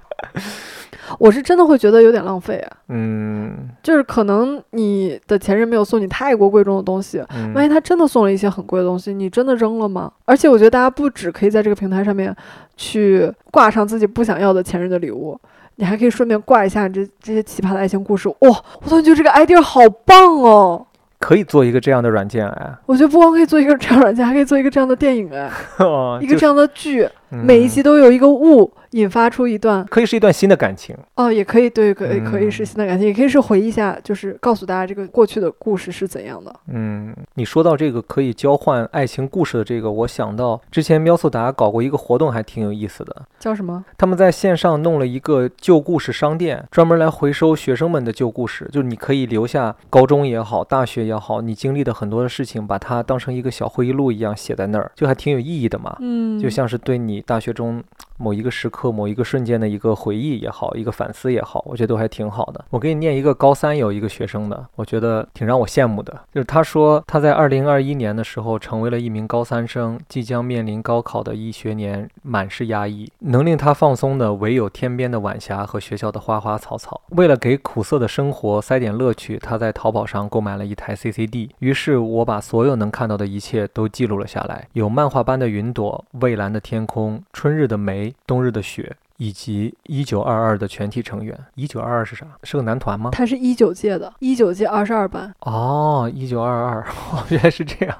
[SPEAKER 2] 我是真的会觉得有点浪费啊，
[SPEAKER 1] 嗯，
[SPEAKER 2] 就是可能你的前任没有送你太过贵重的东西，
[SPEAKER 1] 嗯
[SPEAKER 2] 万一他真的送了一些很贵的东西，你真的扔了吗？而且我觉得大家不只可以在这个平台上面去挂上自己不想要的前任的礼物，你还可以顺便挂一下这这些奇葩的爱情故事。哇、我突然觉得这个 idea 好棒哦！
[SPEAKER 1] 可以做一个这样的软件哎，
[SPEAKER 2] 我觉得不光可以做一个这样的软件，还可以做一个这样的电影哎，
[SPEAKER 1] 哦
[SPEAKER 2] 一个
[SPEAKER 1] 就
[SPEAKER 2] 这样的剧，
[SPEAKER 1] 嗯
[SPEAKER 2] 每一集都有一个物引发出一段
[SPEAKER 1] 可以是一段新的感情。
[SPEAKER 2] 哦，也可以对，可以可以
[SPEAKER 1] 嗯
[SPEAKER 2] 是新的感情，也可以是回忆一下，就是告诉大家这个过去的故事是怎样的。
[SPEAKER 1] 嗯，你说到这个可以交换爱情故事的这个，我想到之前喵速达搞过一个活动，还挺有意思的。
[SPEAKER 2] 叫什么？
[SPEAKER 1] 他们在线上弄了一个旧故事商店，专门来回收学生们的旧故事，就是你可以留下高中也好，大学也好，你经历的很多的事情，把它当成一个小回忆录一样写在那儿，就还挺有意义的嘛。
[SPEAKER 2] 嗯，
[SPEAKER 1] 就像是对你大学中某一个时刻、某一个瞬间的一个回忆也好，一个反思也好，我觉得都还挺好的。我给你念一个高三有一个学生的，我觉得挺让我羡慕的，就是他说他在二零二一年的时候成为了一名高三生，即将面临高考的一学年满是压抑，能令他放松的唯有天边的晚霞和学校的花花草草。为了给苦涩的生活塞点乐趣，他在淘宝上购买了一台 CCD，于是我把所有能看到的一切都记录了下来，有漫画般的云朵、蔚蓝的天空、春日的梅、冬日的雪。以及一九二二的全体成员，一九二二是啥？是个男团吗？
[SPEAKER 2] 他是一九届的，一九届二十二班，
[SPEAKER 1] 哦，一九二二， 原来是这样，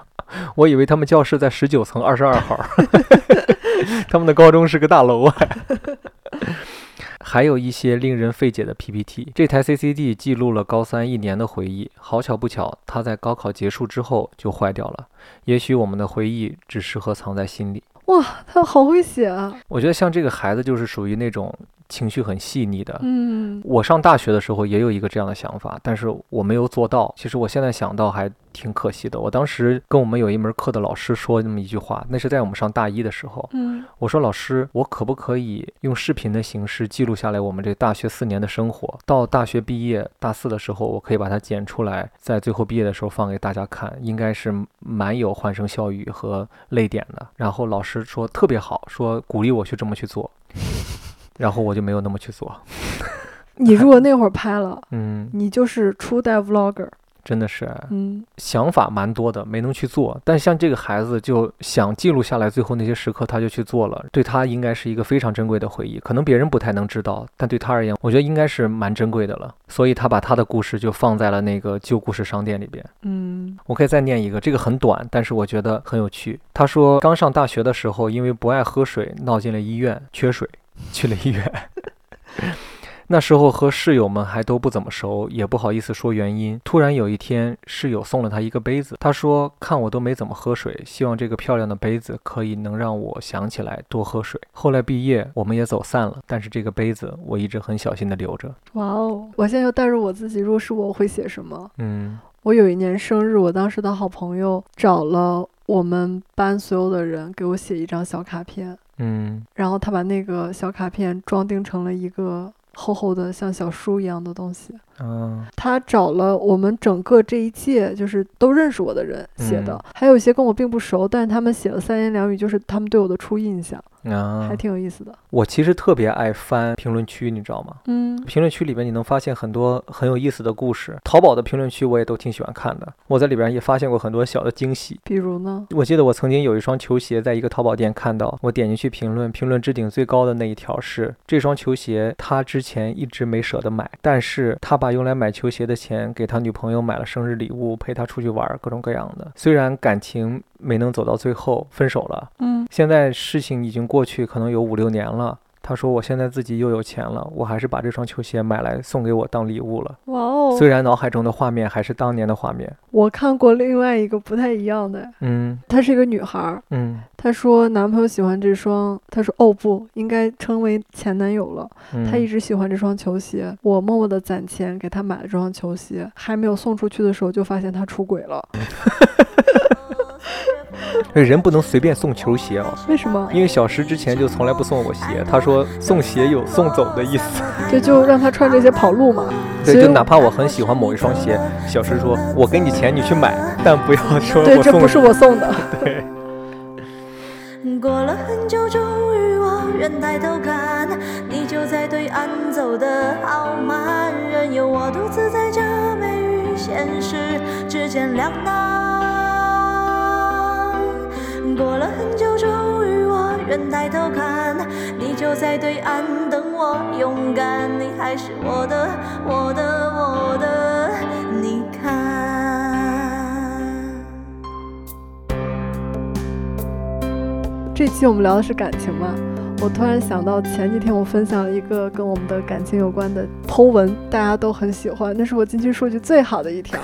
[SPEAKER 1] 我以为他们教室在十九层二十二号， 他们的高中是个大楼啊。 还有一些令人费解的 PPT。这台 CCD 记录了高三一年的回忆，好巧不巧，它在高考结束之后就坏掉了。也许我们的回忆只适合藏在心里。
[SPEAKER 2] 他好会写啊。
[SPEAKER 1] 我觉得像这个孩子就是属于那种情绪很细腻的，
[SPEAKER 2] 嗯，
[SPEAKER 1] 我上大学的时候也有一个这样的想法，但是我没有做到。其实我现在想到还挺可惜的。我当时跟我们有一门课的老师说那么一句话，那是在我们上大一的时候。
[SPEAKER 2] 嗯，
[SPEAKER 1] 我说老师，我可不可以用视频的形式记录下来我们这大学四年的生活？到大学毕业大四的时候，我可以把它剪出来，在最后毕业的时候放给大家看，应该是蛮有欢声笑语和泪点的。然后老师说特别好，说鼓励我去这么去做，然后我就没有那么去做。
[SPEAKER 2] 你如果那会儿拍了，
[SPEAKER 1] 嗯，
[SPEAKER 2] 你就是初代 vlogger。
[SPEAKER 1] 真的是
[SPEAKER 2] 嗯，
[SPEAKER 1] 想法蛮多的，没能去做。但像这个孩子就想记录下来最后那些时刻，他就去做了，对他应该是一个非常珍贵的回忆。可能别人不太能知道，但对他而言，我觉得应该是蛮珍贵的了。所以他把他的故事就放在了那个旧故事商店里边。
[SPEAKER 2] 嗯，
[SPEAKER 1] 我可以再念一个，这个很短，但是我觉得很有趣。他说，刚上大学的时候，因为不爱喝水，闹进了医院，缺水，去了医院。那时候和室友们还都不怎么熟，也不好意思说原因。突然有一天，室友送了他一个杯子，他说：“看我都没怎么喝水，希望这个漂亮的杯子可以能让我想起来多喝水。”后来毕业，我们也走散了，但是这个杯子我一直很小心的留着。
[SPEAKER 2] 哇哦！我现在又带入我自己，如果是我，我会写什么？
[SPEAKER 1] 嗯，
[SPEAKER 2] 我有一年生日，我当时的好朋友找了我们班所有的人给我写一张小卡片，
[SPEAKER 1] 嗯，
[SPEAKER 2] 然后他把那个小卡片装订成了一个厚厚的像小书一样的东西。
[SPEAKER 1] 嗯，
[SPEAKER 2] 他找了我们整个这一届就是都认识我的人写的，
[SPEAKER 1] 嗯
[SPEAKER 2] 还有一些跟我并不熟，但是他们写了三言两语，就是他们对我的初印象，
[SPEAKER 1] 啊
[SPEAKER 2] 还，挺有意思的。
[SPEAKER 1] 我其实特别爱翻评论区，你知道吗？
[SPEAKER 2] 嗯，
[SPEAKER 1] 评论区里面你能发现很多很有意思的故事，淘宝的评论区我也都挺喜欢看的，我在里边也发现过很多小的惊喜。
[SPEAKER 2] 比如呢？
[SPEAKER 1] 我记得我曾经有一双球鞋，在一个淘宝店看到，我点进去评论，评论置顶最高的那一条是这双球鞋，他之前一直没舍得买，但是他把用来买球鞋的钱给他女朋友买了生日礼物，陪她出去玩，各种各样的。虽然感情没能走到最后，分手了，
[SPEAKER 2] 嗯，
[SPEAKER 1] 现在事情已经过去，可能有五六年了。他说：“我现在自己又有钱了，我还是把这双球鞋买来送给我当礼物了。
[SPEAKER 2] 哇哦
[SPEAKER 1] 虽！然脑海中的画面还是当年的画面。
[SPEAKER 2] 我看过另外一个不太一样的，
[SPEAKER 1] 嗯
[SPEAKER 2] 她是一个女孩儿，”
[SPEAKER 1] 嗯
[SPEAKER 2] 她说男朋友喜欢这双，她说哦不应该称为前男友了，
[SPEAKER 1] 嗯，
[SPEAKER 2] 她一直喜欢这双球鞋，我默默的攒钱给她买了这双球
[SPEAKER 1] 嗯
[SPEAKER 2] 鞋，还没有送出去的时候就发现他出轨了。
[SPEAKER 1] 那哎人不能随便送球鞋啊，
[SPEAKER 2] 为什么？
[SPEAKER 1] 因为小石之前就从来不送我鞋，他说送鞋有送走的意思。
[SPEAKER 2] 这就让他穿这些跑路嘛。
[SPEAKER 1] 对，
[SPEAKER 2] 所以
[SPEAKER 1] 就哪怕我很喜欢某一双鞋，小石说我给你钱你去买，但不要 说
[SPEAKER 2] 对，
[SPEAKER 1] 我
[SPEAKER 2] 这
[SPEAKER 1] 送
[SPEAKER 2] 不
[SPEAKER 1] 你
[SPEAKER 2] 是我送的。
[SPEAKER 1] 对，
[SPEAKER 5] 过了很久，终于我愿抬头看，你就在对岸，走得好慢，任由我独自在这美与现实之间两难。过了很久，终于我愿抬头看，你就在对岸等我勇敢，你还是我的，我的，我的，你看。
[SPEAKER 2] 这期我们聊的是感情嘛，我突然想到前几天我分享了一个跟我们的感情有关的 Po 文，大家都很喜欢，那是我进去数据最好的 一条，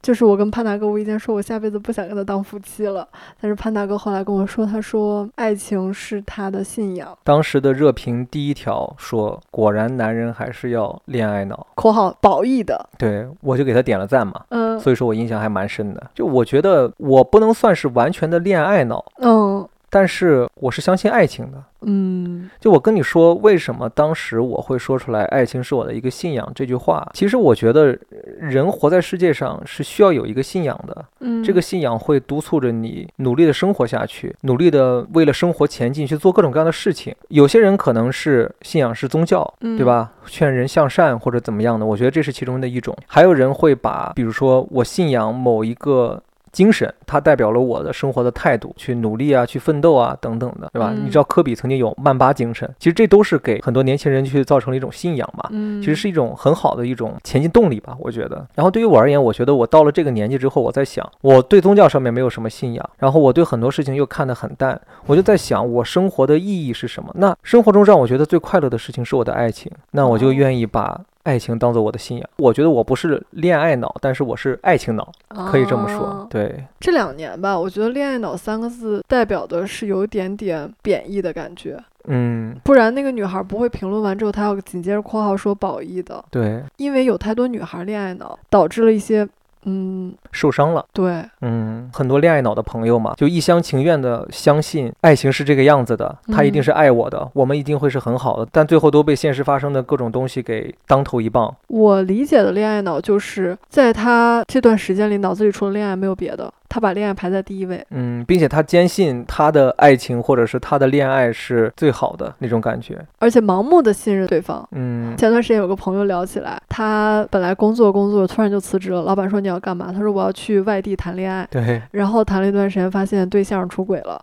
[SPEAKER 2] 就是我跟潘大哥无意间说我下辈子不想跟他当夫妻了，但是潘大哥后来跟我说，他说爱情是他的信仰
[SPEAKER 1] 当时的热评第一条说，果然男人还是要恋爱脑。
[SPEAKER 2] （括号褒义的
[SPEAKER 1] 对我就给他点了赞嘛，），
[SPEAKER 2] 嗯
[SPEAKER 1] 所以说我印象还蛮深的。就我觉得我不能算是完全的恋爱脑，
[SPEAKER 2] 嗯
[SPEAKER 1] 但是我是相信爱情的。
[SPEAKER 2] 嗯
[SPEAKER 1] 就我跟你说，为什么当时我会说出来“爱情是我的一个信仰”这句话？其实我觉得，呃人活在世界上是需要有一个信仰的。
[SPEAKER 2] 嗯，
[SPEAKER 1] 这个信仰会督促着你努力的生活下去，努力的为了生活前进去做各种各样的事情。有些人可能是信仰是宗教，
[SPEAKER 2] 嗯
[SPEAKER 1] 对吧？劝人向善或者怎么样的，我觉得这是其中的一种。还有人会把，比如说我信仰某一个。精神，它代表了我的生活的态度，去努力啊，去奋斗啊，等等的，对吧？
[SPEAKER 2] 嗯
[SPEAKER 1] 你知道科比曾经有曼巴精神，其实这都是给很多年轻人去造成了一种信仰嘛。
[SPEAKER 2] 嗯
[SPEAKER 1] 其实是一种很好的一种前进动力吧，我觉得。然后对于我而言，我觉得我到了这个年纪之后，我在想，我对宗教上面没有什么信仰，然后我对很多事情又看得很淡，我就在想，我生活的意义是什么？那生活中让我觉得最快乐的事情是我的爱情，那我就愿意把。爱情当做我的信仰，我觉得我不是恋爱脑，但是我是爱情脑，可以这么说。
[SPEAKER 2] 哦
[SPEAKER 1] 对，
[SPEAKER 2] 这两年吧，我觉得“恋爱脑”三个字代表的是有点点贬义的感觉。
[SPEAKER 1] 嗯，
[SPEAKER 2] 不然那个女孩不会评论完之后，她要紧接着括号说褒义的，
[SPEAKER 1] 对，
[SPEAKER 2] 因为有太多女孩恋爱脑，导致了一些，嗯，
[SPEAKER 1] 受伤了。
[SPEAKER 2] 对，
[SPEAKER 1] 嗯，很多恋爱脑的朋友嘛，就一厢情愿的相信爱情是这个样子的，他一定
[SPEAKER 2] 嗯
[SPEAKER 1] 是爱我的，我们一定会是很好的，但最后都被现实发生的各种东西给当头一棒。
[SPEAKER 2] 我理解的恋爱脑就是在她这段时间里，脑子里除了恋爱没有别的，她把恋爱排在第一位。
[SPEAKER 1] 嗯，并且他坚信他的爱情或者是他的恋爱是最好的那种感觉。
[SPEAKER 2] 而且盲目的信任对方。
[SPEAKER 1] 嗯
[SPEAKER 2] 前段时间有个朋友聊起来，他本来工作工作，突然就辞职了。老板说你要干嘛？他说我要去外地谈恋爱。
[SPEAKER 1] 对，
[SPEAKER 2] 然后谈了一段时间，发现对象出轨 了，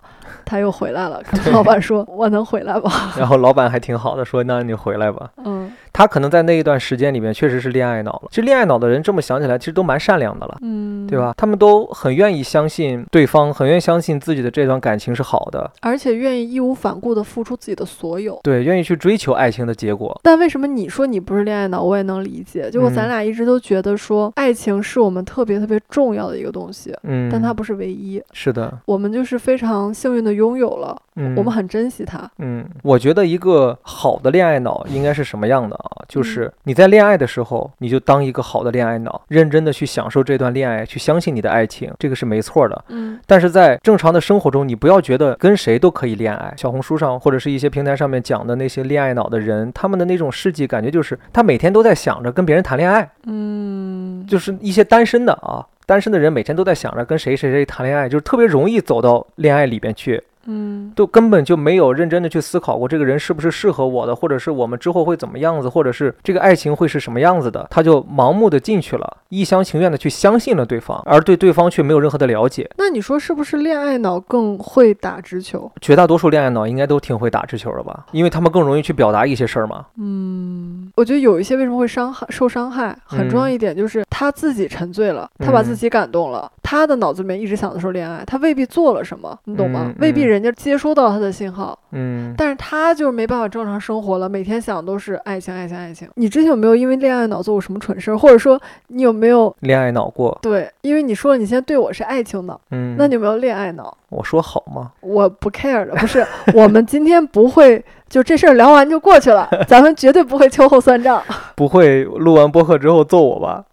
[SPEAKER 2] 他又回来了。跟老板说：“我能回来吗
[SPEAKER 1] 然后老板还挺好的，说那你回来吧。？”
[SPEAKER 2] 嗯
[SPEAKER 1] 他可能在那一段时间里面确实是恋爱脑了。其实恋爱脑的人这么想起来，其实都蛮善良的了。
[SPEAKER 2] 嗯，
[SPEAKER 1] 对吧？他们都很愿意相信对方，很愿意相信自己的这段感情是好的，
[SPEAKER 2] 而且愿意义无反顾地付出自己的所有。
[SPEAKER 1] 对，愿意去追求爱情的结果。
[SPEAKER 2] 但为什么你说你不是恋爱脑，我也能理解。就我
[SPEAKER 1] 嗯
[SPEAKER 2] 咱俩一直都觉得说，爱情是我们特别特别重要的一个东西，
[SPEAKER 1] 嗯，
[SPEAKER 2] 但它不是唯一。
[SPEAKER 1] 是的，
[SPEAKER 2] 我们就是非常幸运的拥有了，
[SPEAKER 1] 嗯，
[SPEAKER 2] 我们很珍惜它。
[SPEAKER 1] 嗯，我觉得一个好的恋爱脑应该是什么样的啊？
[SPEAKER 2] 嗯
[SPEAKER 1] 就是你在恋爱的时候，你就当一个好的恋爱脑，认真的去享受这段恋爱，去相信你的爱情，这个是没错的。
[SPEAKER 2] 嗯
[SPEAKER 1] 但是在正常的生活中，你不要觉得跟谁都可以恋爱。小红书上或者是一些平台上面讲的那些恋爱脑的人，他们的那种事迹，感觉就是他每天都在想着跟别人谈恋爱，
[SPEAKER 2] 嗯，
[SPEAKER 1] 就是一些单身的啊，单身的人每天都在想着跟谁谁谁谈恋爱，就是特别容易走到恋爱里边去，
[SPEAKER 2] 嗯
[SPEAKER 1] 都根本就没有认真的去思考过这个人是不是适合我的，或者是我们之后会怎么样子，或者是这个爱情会是什么样子的，他就盲目的进去了，一厢情愿的去相信了对方，而对对方却没有任何的了解。
[SPEAKER 2] 那你说是不是恋爱脑更会打直球？
[SPEAKER 1] 绝大多数恋爱脑应该都挺会打直球的吧，因为他们更容易去表达一些事儿嘛。
[SPEAKER 2] 嗯，我觉得有一些为什么会伤害受伤害，很重要
[SPEAKER 1] 嗯
[SPEAKER 2] 一点就是他自己沉醉了，他把自
[SPEAKER 1] 嗯
[SPEAKER 2] 己感动了，他的脑子里面一直想的是恋爱，他未必做了什么，你懂吗？
[SPEAKER 1] 嗯
[SPEAKER 2] 未必
[SPEAKER 1] 嗯
[SPEAKER 2] 人家接收到他的信号，
[SPEAKER 1] 嗯，
[SPEAKER 2] 但是他就是没办法正常生活了，每天想都是爱情，爱情，爱情。你之前有没有因为恋爱脑做过什么蠢事儿，或者说你有没有？
[SPEAKER 1] 恋爱脑过，
[SPEAKER 2] 对，因为你说你现在对我是爱情脑，
[SPEAKER 1] 嗯，
[SPEAKER 2] 那你有没有恋爱脑？
[SPEAKER 1] 我说好吗？
[SPEAKER 2] 我不 care 的，不是，我们今天不会就这事儿聊完就过去了， 咱们绝对不会秋后算账。
[SPEAKER 1] 不会录完播客之后揍我吧？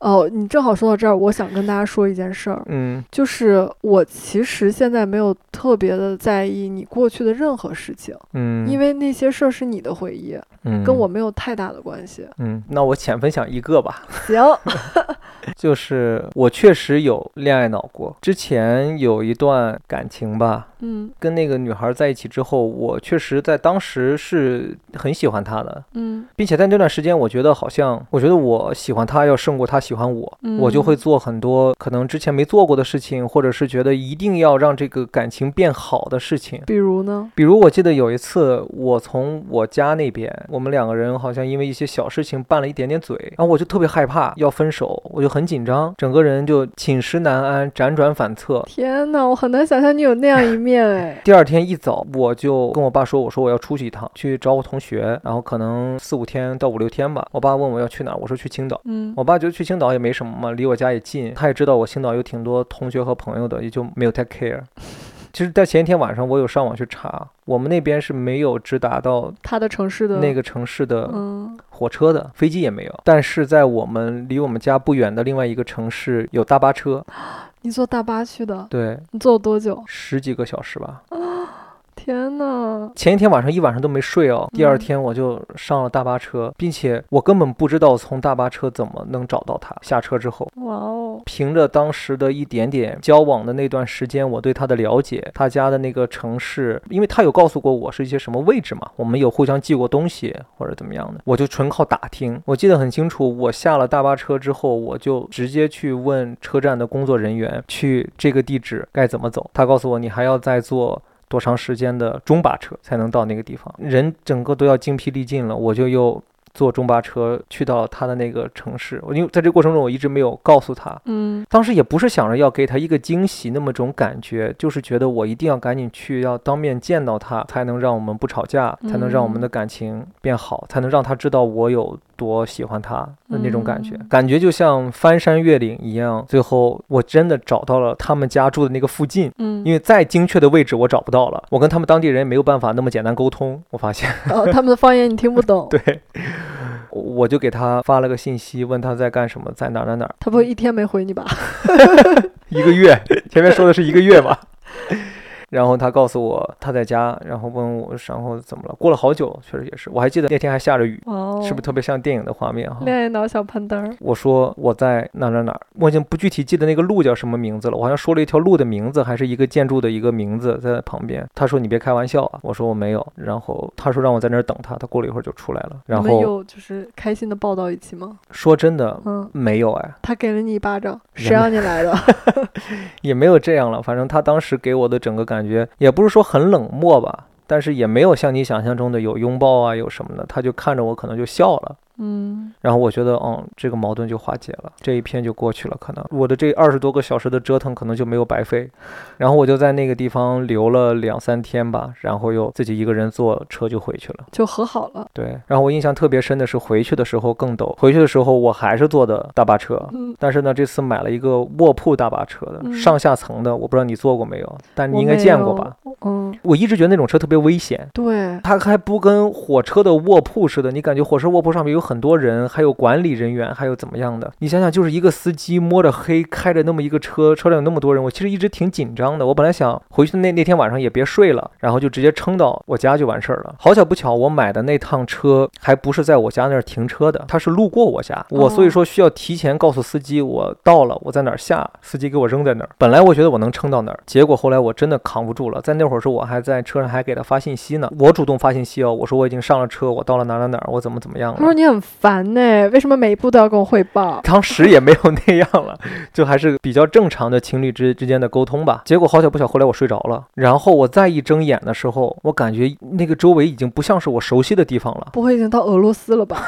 [SPEAKER 2] 哦，你正好说到这儿，我想跟大家说一件事儿，
[SPEAKER 1] 嗯
[SPEAKER 2] 就是我其实现在没有特别的在意你过去的任何事情，
[SPEAKER 1] 嗯，
[SPEAKER 2] 因为那些事儿是你的回忆，
[SPEAKER 1] 嗯
[SPEAKER 2] 跟我没有太大的关系。
[SPEAKER 1] 嗯，那我浅分享一个吧。
[SPEAKER 2] 行，
[SPEAKER 1] 就是我确实有恋爱脑过，之前有一段感情吧，
[SPEAKER 2] 嗯
[SPEAKER 1] 跟那个女孩在一起之后，我确实在当时是很喜欢她的，
[SPEAKER 2] 嗯
[SPEAKER 1] 并且在那段时间，我觉得好像，我觉得我喜欢她要胜过她喜欢我，
[SPEAKER 2] 嗯
[SPEAKER 1] 我就会做很多可能之前没做过的事情，或者是觉得一定要让这个感情变好的事情。
[SPEAKER 2] 比如呢？
[SPEAKER 1] 比如我记得有一次，我从我家那边，我们两个人好像因为一些小事情拌了一点点嘴，然后我就特别害怕要分手，我就很紧张，整个人就寝食难安，辗转反侧。
[SPEAKER 2] 天哪，我很难想象你有那样一面哎
[SPEAKER 1] 。第二天一早，我就跟我爸说：“我说我要出去一趟，去找我同学，然后可能四五天到五六天吧。”我爸问我要去哪儿，我说去青岛。
[SPEAKER 2] 嗯
[SPEAKER 1] 我爸觉得去青岛也没什么嘛，离我家也近，他也知道我青岛有挺多同学和朋友的，也就没有太 care。其实， 在前一天晚上，我有上网去查，我们那边是没有直达到
[SPEAKER 2] 他的城市的
[SPEAKER 1] 那个城市的
[SPEAKER 2] 嗯
[SPEAKER 1] 火车的，飞机也没有。但是在我们离我们家不远的另外一个城市有大巴车，
[SPEAKER 2] 哦你坐大巴去的，
[SPEAKER 1] 对，
[SPEAKER 2] 你坐了多久？
[SPEAKER 1] 十几个小时吧。
[SPEAKER 2] 天哪！
[SPEAKER 1] 前一天晚上一晚上都没睡哦，第二
[SPEAKER 2] 嗯
[SPEAKER 1] 天我就上了大巴车，并且我根本不知道从大巴车怎么能找到他。下车之后，
[SPEAKER 2] 哇哦，
[SPEAKER 1] 凭着当时的一点点交往的那段时间，我对他的了解，他家的那个城市，因为他有告诉过我是一些什么位置嘛，我们有互相寄过东西或者怎么样的，我就纯靠打听。我记得很清楚，我下了大巴车之后，我就直接去问车站的工作人员，去这个地址该怎么走。他告诉我，你还要再坐。多长时间的中巴车才能到那个地方？人整个都要精疲力尽了，我就又坐中巴车去到他的那个城市。我因为在这个过程中，我一直没有告诉他，
[SPEAKER 2] 嗯
[SPEAKER 1] 当时也不是想着要给他一个惊喜那么种感觉，就是觉得我一定要赶紧去，要当面见到他，才能让我们不吵架，才能让我们
[SPEAKER 2] 嗯
[SPEAKER 1] 的感情变好，才能让他知道我有多喜欢他的那种感觉，
[SPEAKER 2] 嗯
[SPEAKER 1] 感觉就像翻山越岭一样。最后我真的找到了他们家住的那个附近。
[SPEAKER 2] 嗯，
[SPEAKER 1] 因为再精确的位置我找不到了，我跟他们当地人没有办法那么简单沟通。我发现，，
[SPEAKER 2] 哦，他们的方言你听不懂
[SPEAKER 1] 对，我就给他发了个信息，问他在干什么，在哪儿哪儿哪儿。
[SPEAKER 2] 他不会一天没回你吧？
[SPEAKER 1] 一个月， 前面说的是一个月吧。 然后他告诉我他在家，然后问我，然后怎么了？过了好久，确实也是，我还记得那天还下着雨，
[SPEAKER 2] 哇哦，
[SPEAKER 1] 是不是特别像电影的画面哈？
[SPEAKER 2] 恋爱脑小攀登儿？
[SPEAKER 1] 我说我在哪儿哪儿哪儿，我已经不具体记得那个路叫什么名字了。我好像说了一条路的名字，还是一个建筑的一个名字在旁边。他说你别开玩笑啊，我说我没有。然后他说让我在那儿等他，他过了一会儿就出来了。然
[SPEAKER 2] 你们
[SPEAKER 1] 后
[SPEAKER 2] 有就是开心的抱到一起吗？
[SPEAKER 1] 说真的
[SPEAKER 2] 嗯，
[SPEAKER 1] 没有哎，
[SPEAKER 2] 他给了你一巴掌，
[SPEAKER 1] 人
[SPEAKER 2] 谁让你来的？嗯
[SPEAKER 1] 也没有这样了。反正他当时给我的整个感觉，也不是说很冷漠吧，但是也没有像你想象中的有拥抱啊，有什么的。他就看着我，可能就笑了。
[SPEAKER 2] 嗯，
[SPEAKER 1] 然后我觉得，嗯，这个矛盾就化解了，这一篇就过去了。可能我嗯的这二十多个小时的折腾，可能就没有白费。然后我就在那个地方留了两三天吧，然后又自己一个人坐车就回去了。
[SPEAKER 2] 就和好了。
[SPEAKER 1] 对，然后我印象特别深的是回去的时候更逗，回去的时候我还是坐的大巴车，
[SPEAKER 2] 嗯，
[SPEAKER 1] 但是呢，这次买了一个卧铺大巴车的、
[SPEAKER 2] 嗯
[SPEAKER 1] 上下层的，我不知道你坐过没有，但你
[SPEAKER 2] 我
[SPEAKER 1] 应该
[SPEAKER 2] 没
[SPEAKER 1] 见过
[SPEAKER 2] 有
[SPEAKER 1] 吧？？
[SPEAKER 2] 嗯，
[SPEAKER 1] 我一直觉得那种车特别危险。
[SPEAKER 2] 对，
[SPEAKER 1] 它还不跟火车的卧铺似的，你感觉火车卧铺上面有很多人，还有管理人员，还有怎么样的？你想想，就是一个司机摸着黑开着那么一个车，车上有那么多人，我其实一直挺紧张的。我本来想回去的那那天晚上也别睡了，然后就直接撑到我家就完事儿了。好巧不巧，我买的那趟车还不是在我家那儿停车的，它是路过我家，我所以
[SPEAKER 2] 哦
[SPEAKER 1] 说需要提前告诉司机我到了，我在哪儿下，司机给我扔在那儿。本来我觉得我能撑到那儿，结果后来我真的扛不住了，在那会儿是我还在车上还给他发信息呢，我主动发信息哦，我说我已经上了车，我到了哪儿哪儿哪儿，我怎么怎么样
[SPEAKER 2] 他说
[SPEAKER 1] 了。
[SPEAKER 2] 你很烦呢，为什么每一步都要跟我汇报？
[SPEAKER 1] 当时也没有那样了，就还是比较正常的情侣之之间的沟通吧。结果好巧不巧，后来我睡着了，然后我再一睁眼的时候，我感觉那个周围已经不像是我熟悉的地方了。
[SPEAKER 2] 不会已经到俄罗斯了吧？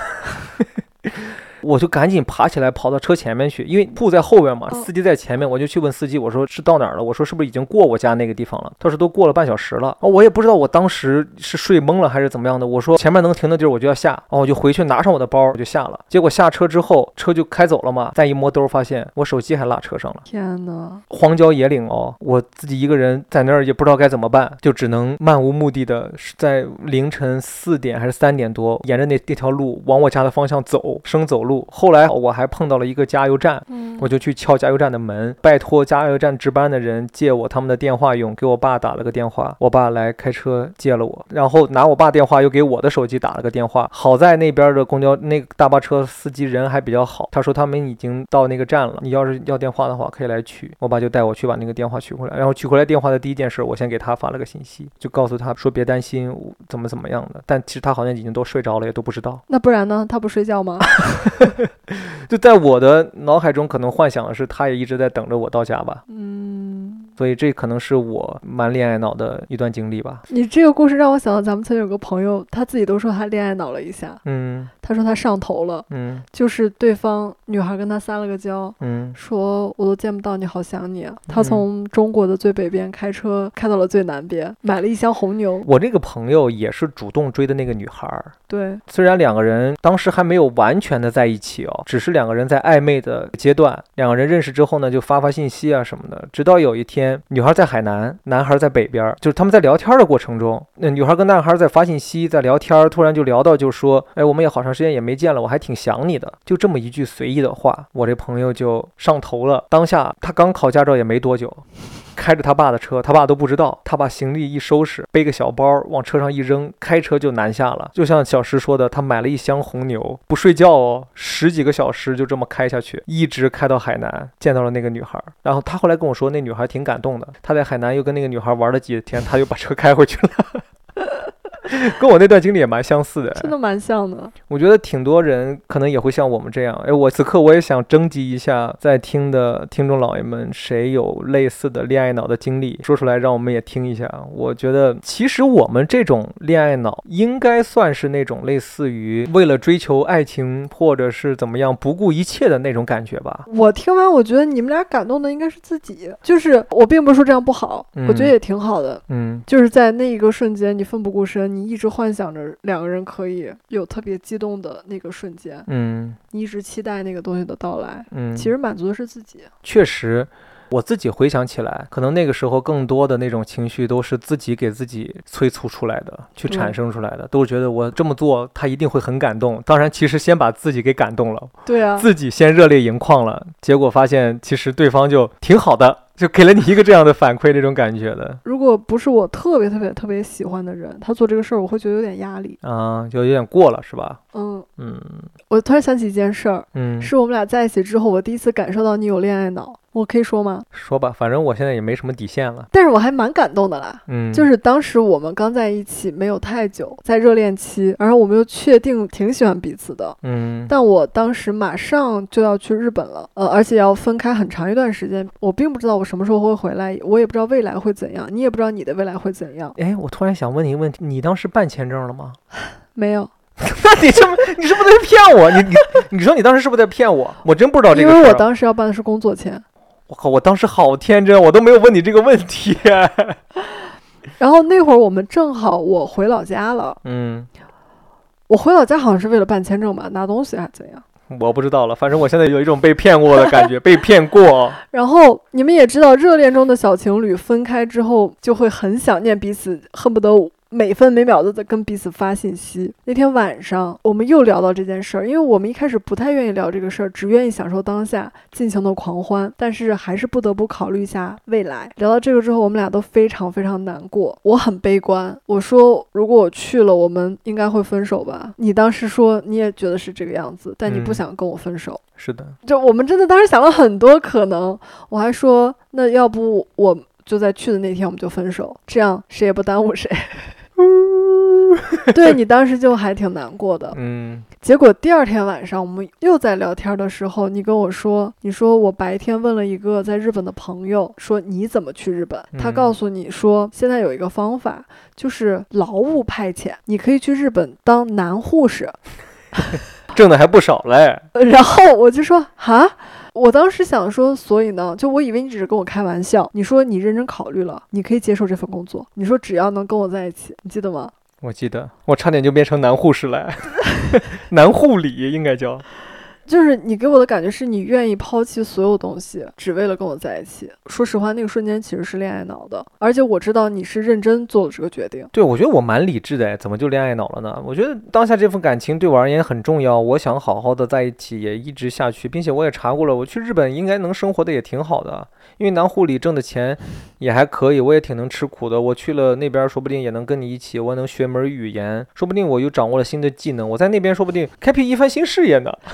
[SPEAKER 1] 我就赶紧爬起来跑到车前面去，因为铺在后边嘛，
[SPEAKER 2] 哦
[SPEAKER 1] 司机在前面，我就去问司机，我说是到哪儿了？我说是不是已经过我家那个地方了？他说都过了半小时了。哦，我也不知道我当时是睡懵了还是怎么样的。我说前面能停的地儿我就要下，哦，我就回去拿上我的包我就下了。结果下车之后车就开走了嘛，再一摸兜儿发现我手机还落车上了，
[SPEAKER 2] 天哪！
[SPEAKER 1] 荒郊野岭哦，我自己一个人在那儿也不知道该怎么办，就只能漫无目的的在凌晨四点还是三点多，沿着那那条路往我家的方向走，生走路。路。后来我还碰到了一个加油站，
[SPEAKER 2] 嗯
[SPEAKER 1] 我就去敲加油站的门，拜托加油站值班的人借我他们的电话用，给我爸打了个电话，我爸来开车借了我，然后拿我爸电话又给我的手机打了个电话。好在那边的公交那个大巴车司机人还比较好，他说他们已经到那个站了，你要是要电话的话可以来取。我爸就带我去把那个电话取回来，然后取回来电话的第一件事，我先给他发了个信息，就告诉他说别担心，我怎么怎么样的。但其实他好像已经都睡着了，也都不知道。
[SPEAKER 2] 那不然呢？他不睡觉吗？
[SPEAKER 1] 就在我的脑海中，可能幻想的是他也一直在等着我到家吧。
[SPEAKER 2] 嗯，
[SPEAKER 1] 所以这可能是我蛮恋爱脑的一段经历吧。
[SPEAKER 2] 你这个故事让我想到咱们曾经有个朋友，他自己都说他恋爱脑了一下，
[SPEAKER 1] 嗯
[SPEAKER 2] 他说他上头了，
[SPEAKER 1] 嗯
[SPEAKER 2] 就是对方女孩跟他撒了个娇。
[SPEAKER 1] 嗯
[SPEAKER 2] 说我都见不到你，好想你、啊。他从中国的最北边开车开到了最南边，买了一箱红牛。
[SPEAKER 1] 我这个朋友也是主动追的那个女孩儿，
[SPEAKER 2] 对，
[SPEAKER 1] 虽然两个人当时还没有完全的在一起哦，只是两个人在暧昧的阶段，两个人认识之后呢，就发发信息啊什么的。直到有一天，女孩在海南，男孩在北边儿，就是他们在聊天的过程中，那女孩跟男孩在发信息，在聊天儿，突然就聊到就说，哎，我们也好长时间也没见了，我还挺想你的，就这么一句随意的话，我这朋友就上头了。当下他刚考驾照也没多久，开着他爸的车，他爸都不知道。他把行李一收拾，背个小包往车上一扔，开车就南下了。就像小石说的，他买了一箱红牛，不睡觉哦，十几个小时就这么开下去，一直开到海南，见到了那个女孩。然后他后来跟我说，那女孩挺感动的，他在海南又跟那个女孩玩了几天，他又把车开回去了。跟我那段经历也蛮相似的，
[SPEAKER 2] 真的蛮像的。
[SPEAKER 1] 我觉得挺多人可能也会像我们这样，哎，我此刻我也想征集一下在听的听众老爷们，谁有类似的恋爱脑的经历，说出来让我们也听一下。我觉得其实我们这种恋爱脑应该算是那种类似于为了追求爱情或者是怎么样不顾一切的那种感觉吧。
[SPEAKER 2] 我听完，我觉得你们俩感动的应该是自己。就是我并不是说这样不好，我觉得
[SPEAKER 1] 嗯
[SPEAKER 2] 也挺好的。
[SPEAKER 1] 嗯
[SPEAKER 2] 就是在那一个瞬间，你奋不顾身，你一直幻想着两个人可以有特别激动的那个瞬间，
[SPEAKER 1] 嗯
[SPEAKER 2] 你一直期待那个东西的到来。
[SPEAKER 1] 嗯，
[SPEAKER 2] 其实满足的是自己，
[SPEAKER 1] 确实，我自己回想起来，可能那个时候更多的那种情绪都是自己给自己催促出来的，去
[SPEAKER 2] 对
[SPEAKER 1] 产生出来的，都是觉得我这么做，他一定会很感动。当然，其实先把自己给感动了，
[SPEAKER 2] 对啊，
[SPEAKER 1] 自己先热泪盈眶了，结果发现其实对方就挺好的，就给了你一个这样的反馈，这种感觉的
[SPEAKER 2] 如果不是我特别特别特别喜欢的人，他做这个事儿，我会觉得有点压力。
[SPEAKER 1] 啊，就有点过了，是吧？
[SPEAKER 2] 嗯，
[SPEAKER 1] 嗯
[SPEAKER 2] 我突然想起一件事儿，
[SPEAKER 1] 嗯，
[SPEAKER 2] 是我们俩在一起之后，我第一次感受到你有恋爱脑，我可以说吗？
[SPEAKER 1] 说吧，反正我现在也没什么底线了。
[SPEAKER 2] 但是我还蛮感动的啦。
[SPEAKER 1] 嗯，
[SPEAKER 2] 就是当时我们刚在一起没有太久，在热恋期，然后我们又确定挺喜欢彼此的，
[SPEAKER 1] 嗯
[SPEAKER 2] 但我当时马上就要去日本了，呃，而且要分开很长一段时间，我并不知道我什么时候会回来，我也不知道未来会怎样，你也不知道你的未来会怎样，
[SPEAKER 1] 哎，我突然想问你一个问题，你当时办签证了吗？
[SPEAKER 2] 没有，
[SPEAKER 1] 那你这么，你是不是在骗我？你你你说你当时是不是在骗我？我真不知道这
[SPEAKER 2] 因
[SPEAKER 1] 个事儿。啊
[SPEAKER 2] 为我当时要办的是工作签。
[SPEAKER 1] 我靠，我当时好天真，我都没有问你这个问题。
[SPEAKER 2] 然后那会儿我们正好我回老家了，
[SPEAKER 1] 嗯，
[SPEAKER 2] 我回老家好像是为了办签证吧，拿东西还是怎样。
[SPEAKER 1] 嗯我不知道了，反正我现在有一种被骗过的感觉，被骗 过。
[SPEAKER 2] 然后你们也知道，热恋中的小情侣分开之后就会很想念彼此，恨不得每分每秒都在跟彼此发信息。那天晚上我们又聊到这件事儿，因为我们一开始不太愿意聊这个事儿，只愿意享受当下，尽情的狂欢，但是还是不得不考虑一下未来。聊到这个之后，我们俩都非常非常难过，我很悲观，我说如果我去了，我们应该会分手吧。你当时说你也觉得是这个样子，但你不
[SPEAKER 1] 嗯
[SPEAKER 2] 想跟我分手。
[SPEAKER 1] 是的，
[SPEAKER 2] 就我们真的当时想了很多可能，我还说那要不我就在去的那天我们就分手，这样谁也不耽 误谁。对你当时就还挺难过的。
[SPEAKER 1] 嗯
[SPEAKER 2] 结果第二天晚上我们又在聊天的时候，你跟我说，你说我白天问了一个在日本的朋友，说你怎么去日本？他
[SPEAKER 1] 嗯
[SPEAKER 2] 告诉你说，现在有一个方法，就是劳务派遣，你可以去日本当男护士。
[SPEAKER 1] 挣的还不少嘞。
[SPEAKER 2] 呃然后我就说哈，我当时想说，所以呢，就我以为你只是跟我开玩笑。你说你认真考虑了，你可以接受这份工作。你说只要能跟我在一起，你记得吗？
[SPEAKER 1] 我记得，我差点就变成男护士了，男护理应该叫。
[SPEAKER 2] 就是你给我的感觉是你愿意抛弃所有东西，只为了跟我在一起。说实话，那个瞬间其实是恋爱脑的，而且我知道你是认真做了这个决定。
[SPEAKER 1] 对，我觉得我蛮理智的哎，怎么就恋爱脑了呢？我觉得当下这份感情对我而言很重要，我想好好的在一起，也一直下去，并且我也查过了，我去日本应该能生活的也挺好的，因为南护理挣的钱也还可以，我也挺能吃苦的。我去了那边，说不定也能跟你一起，我能学门语言，说不定我又掌握了新的技能，我在那边说不定开辟一番新事业呢。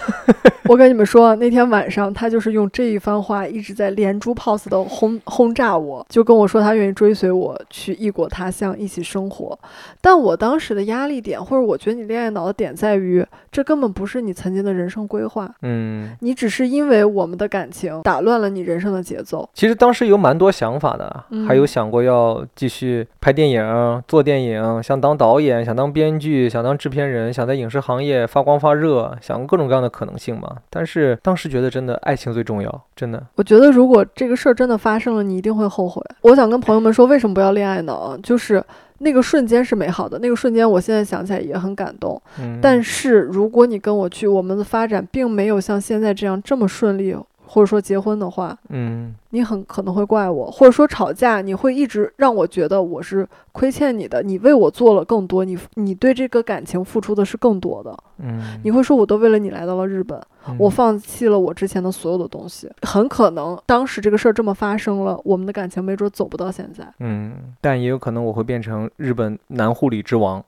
[SPEAKER 2] 我跟你们说，啊那天晚上他就是用这一番话一直在连珠炮似的轰轰炸我，就跟我说他愿意追随我去异国他乡一起生活。但我当时的压力点，或者我觉得你恋爱脑的点在于，这根本不是你曾经的人生规划，
[SPEAKER 1] 嗯，
[SPEAKER 2] 你只是因为我们的感情打乱了你人生的节奏。
[SPEAKER 1] 其实当时有蛮多想法的，啊还有
[SPEAKER 2] 嗯
[SPEAKER 1] 想过要继续拍电影、做电影，想当导演、想当编剧、想当制片人、想在影视行业发光发热，想过各种各样的可能性嘛。但是当时觉得真的爱情最重要，真的。
[SPEAKER 2] 我觉得如果这个事儿真的发生了，你一定会后悔。我想跟朋友们说，为什么不要恋爱脑啊？就是那个瞬间是美好的，那个瞬间我现在想起来也很感动。
[SPEAKER 1] 嗯，
[SPEAKER 2] 但是如果你跟我去，我们的发展并没有像现在这样这么顺利，或者说结婚的话，
[SPEAKER 1] 嗯，
[SPEAKER 2] 你很可能会怪我，或者说吵架，你会一直让我觉得我是亏欠你的，你为我做了更多，你你对这个感情付出的是更多的，
[SPEAKER 1] 嗯，
[SPEAKER 2] 你会说我都为了你来到了日本，
[SPEAKER 1] 嗯
[SPEAKER 2] 我放弃了我之前的所有的东西，很可能当时这个事儿这么发生了，我们的感情没准走不到现在。
[SPEAKER 1] 嗯，但也有可能我会变成日本男护理之王。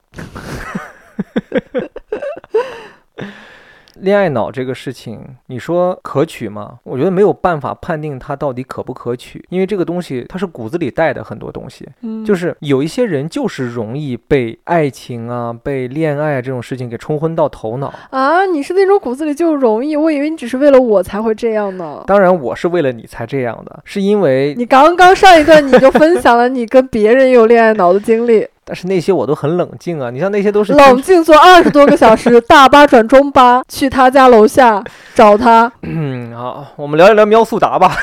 [SPEAKER 1] 恋爱脑这个事情，你说可取吗？我觉得没有办法判定它到底可不可取，因为这个东西它是骨子里带的很多东西。
[SPEAKER 2] 嗯
[SPEAKER 1] 就是有一些人就是容易被爱情啊、被恋爱啊这种事情给冲昏到头脑。
[SPEAKER 2] 啊，你是那种骨子里就容易，我以为你只是为了我才会这样呢。
[SPEAKER 1] 当然，我是为了你才这样的，是因为，
[SPEAKER 2] 你刚刚上一段你就分享了你跟别人有恋爱脑的 经历，
[SPEAKER 1] 但是那些我都很冷静啊。你像那些都是
[SPEAKER 2] 冷静坐二十多个小时，大巴转中巴去他家楼下找他。
[SPEAKER 1] 嗯，好，我们聊一聊喵速达吧。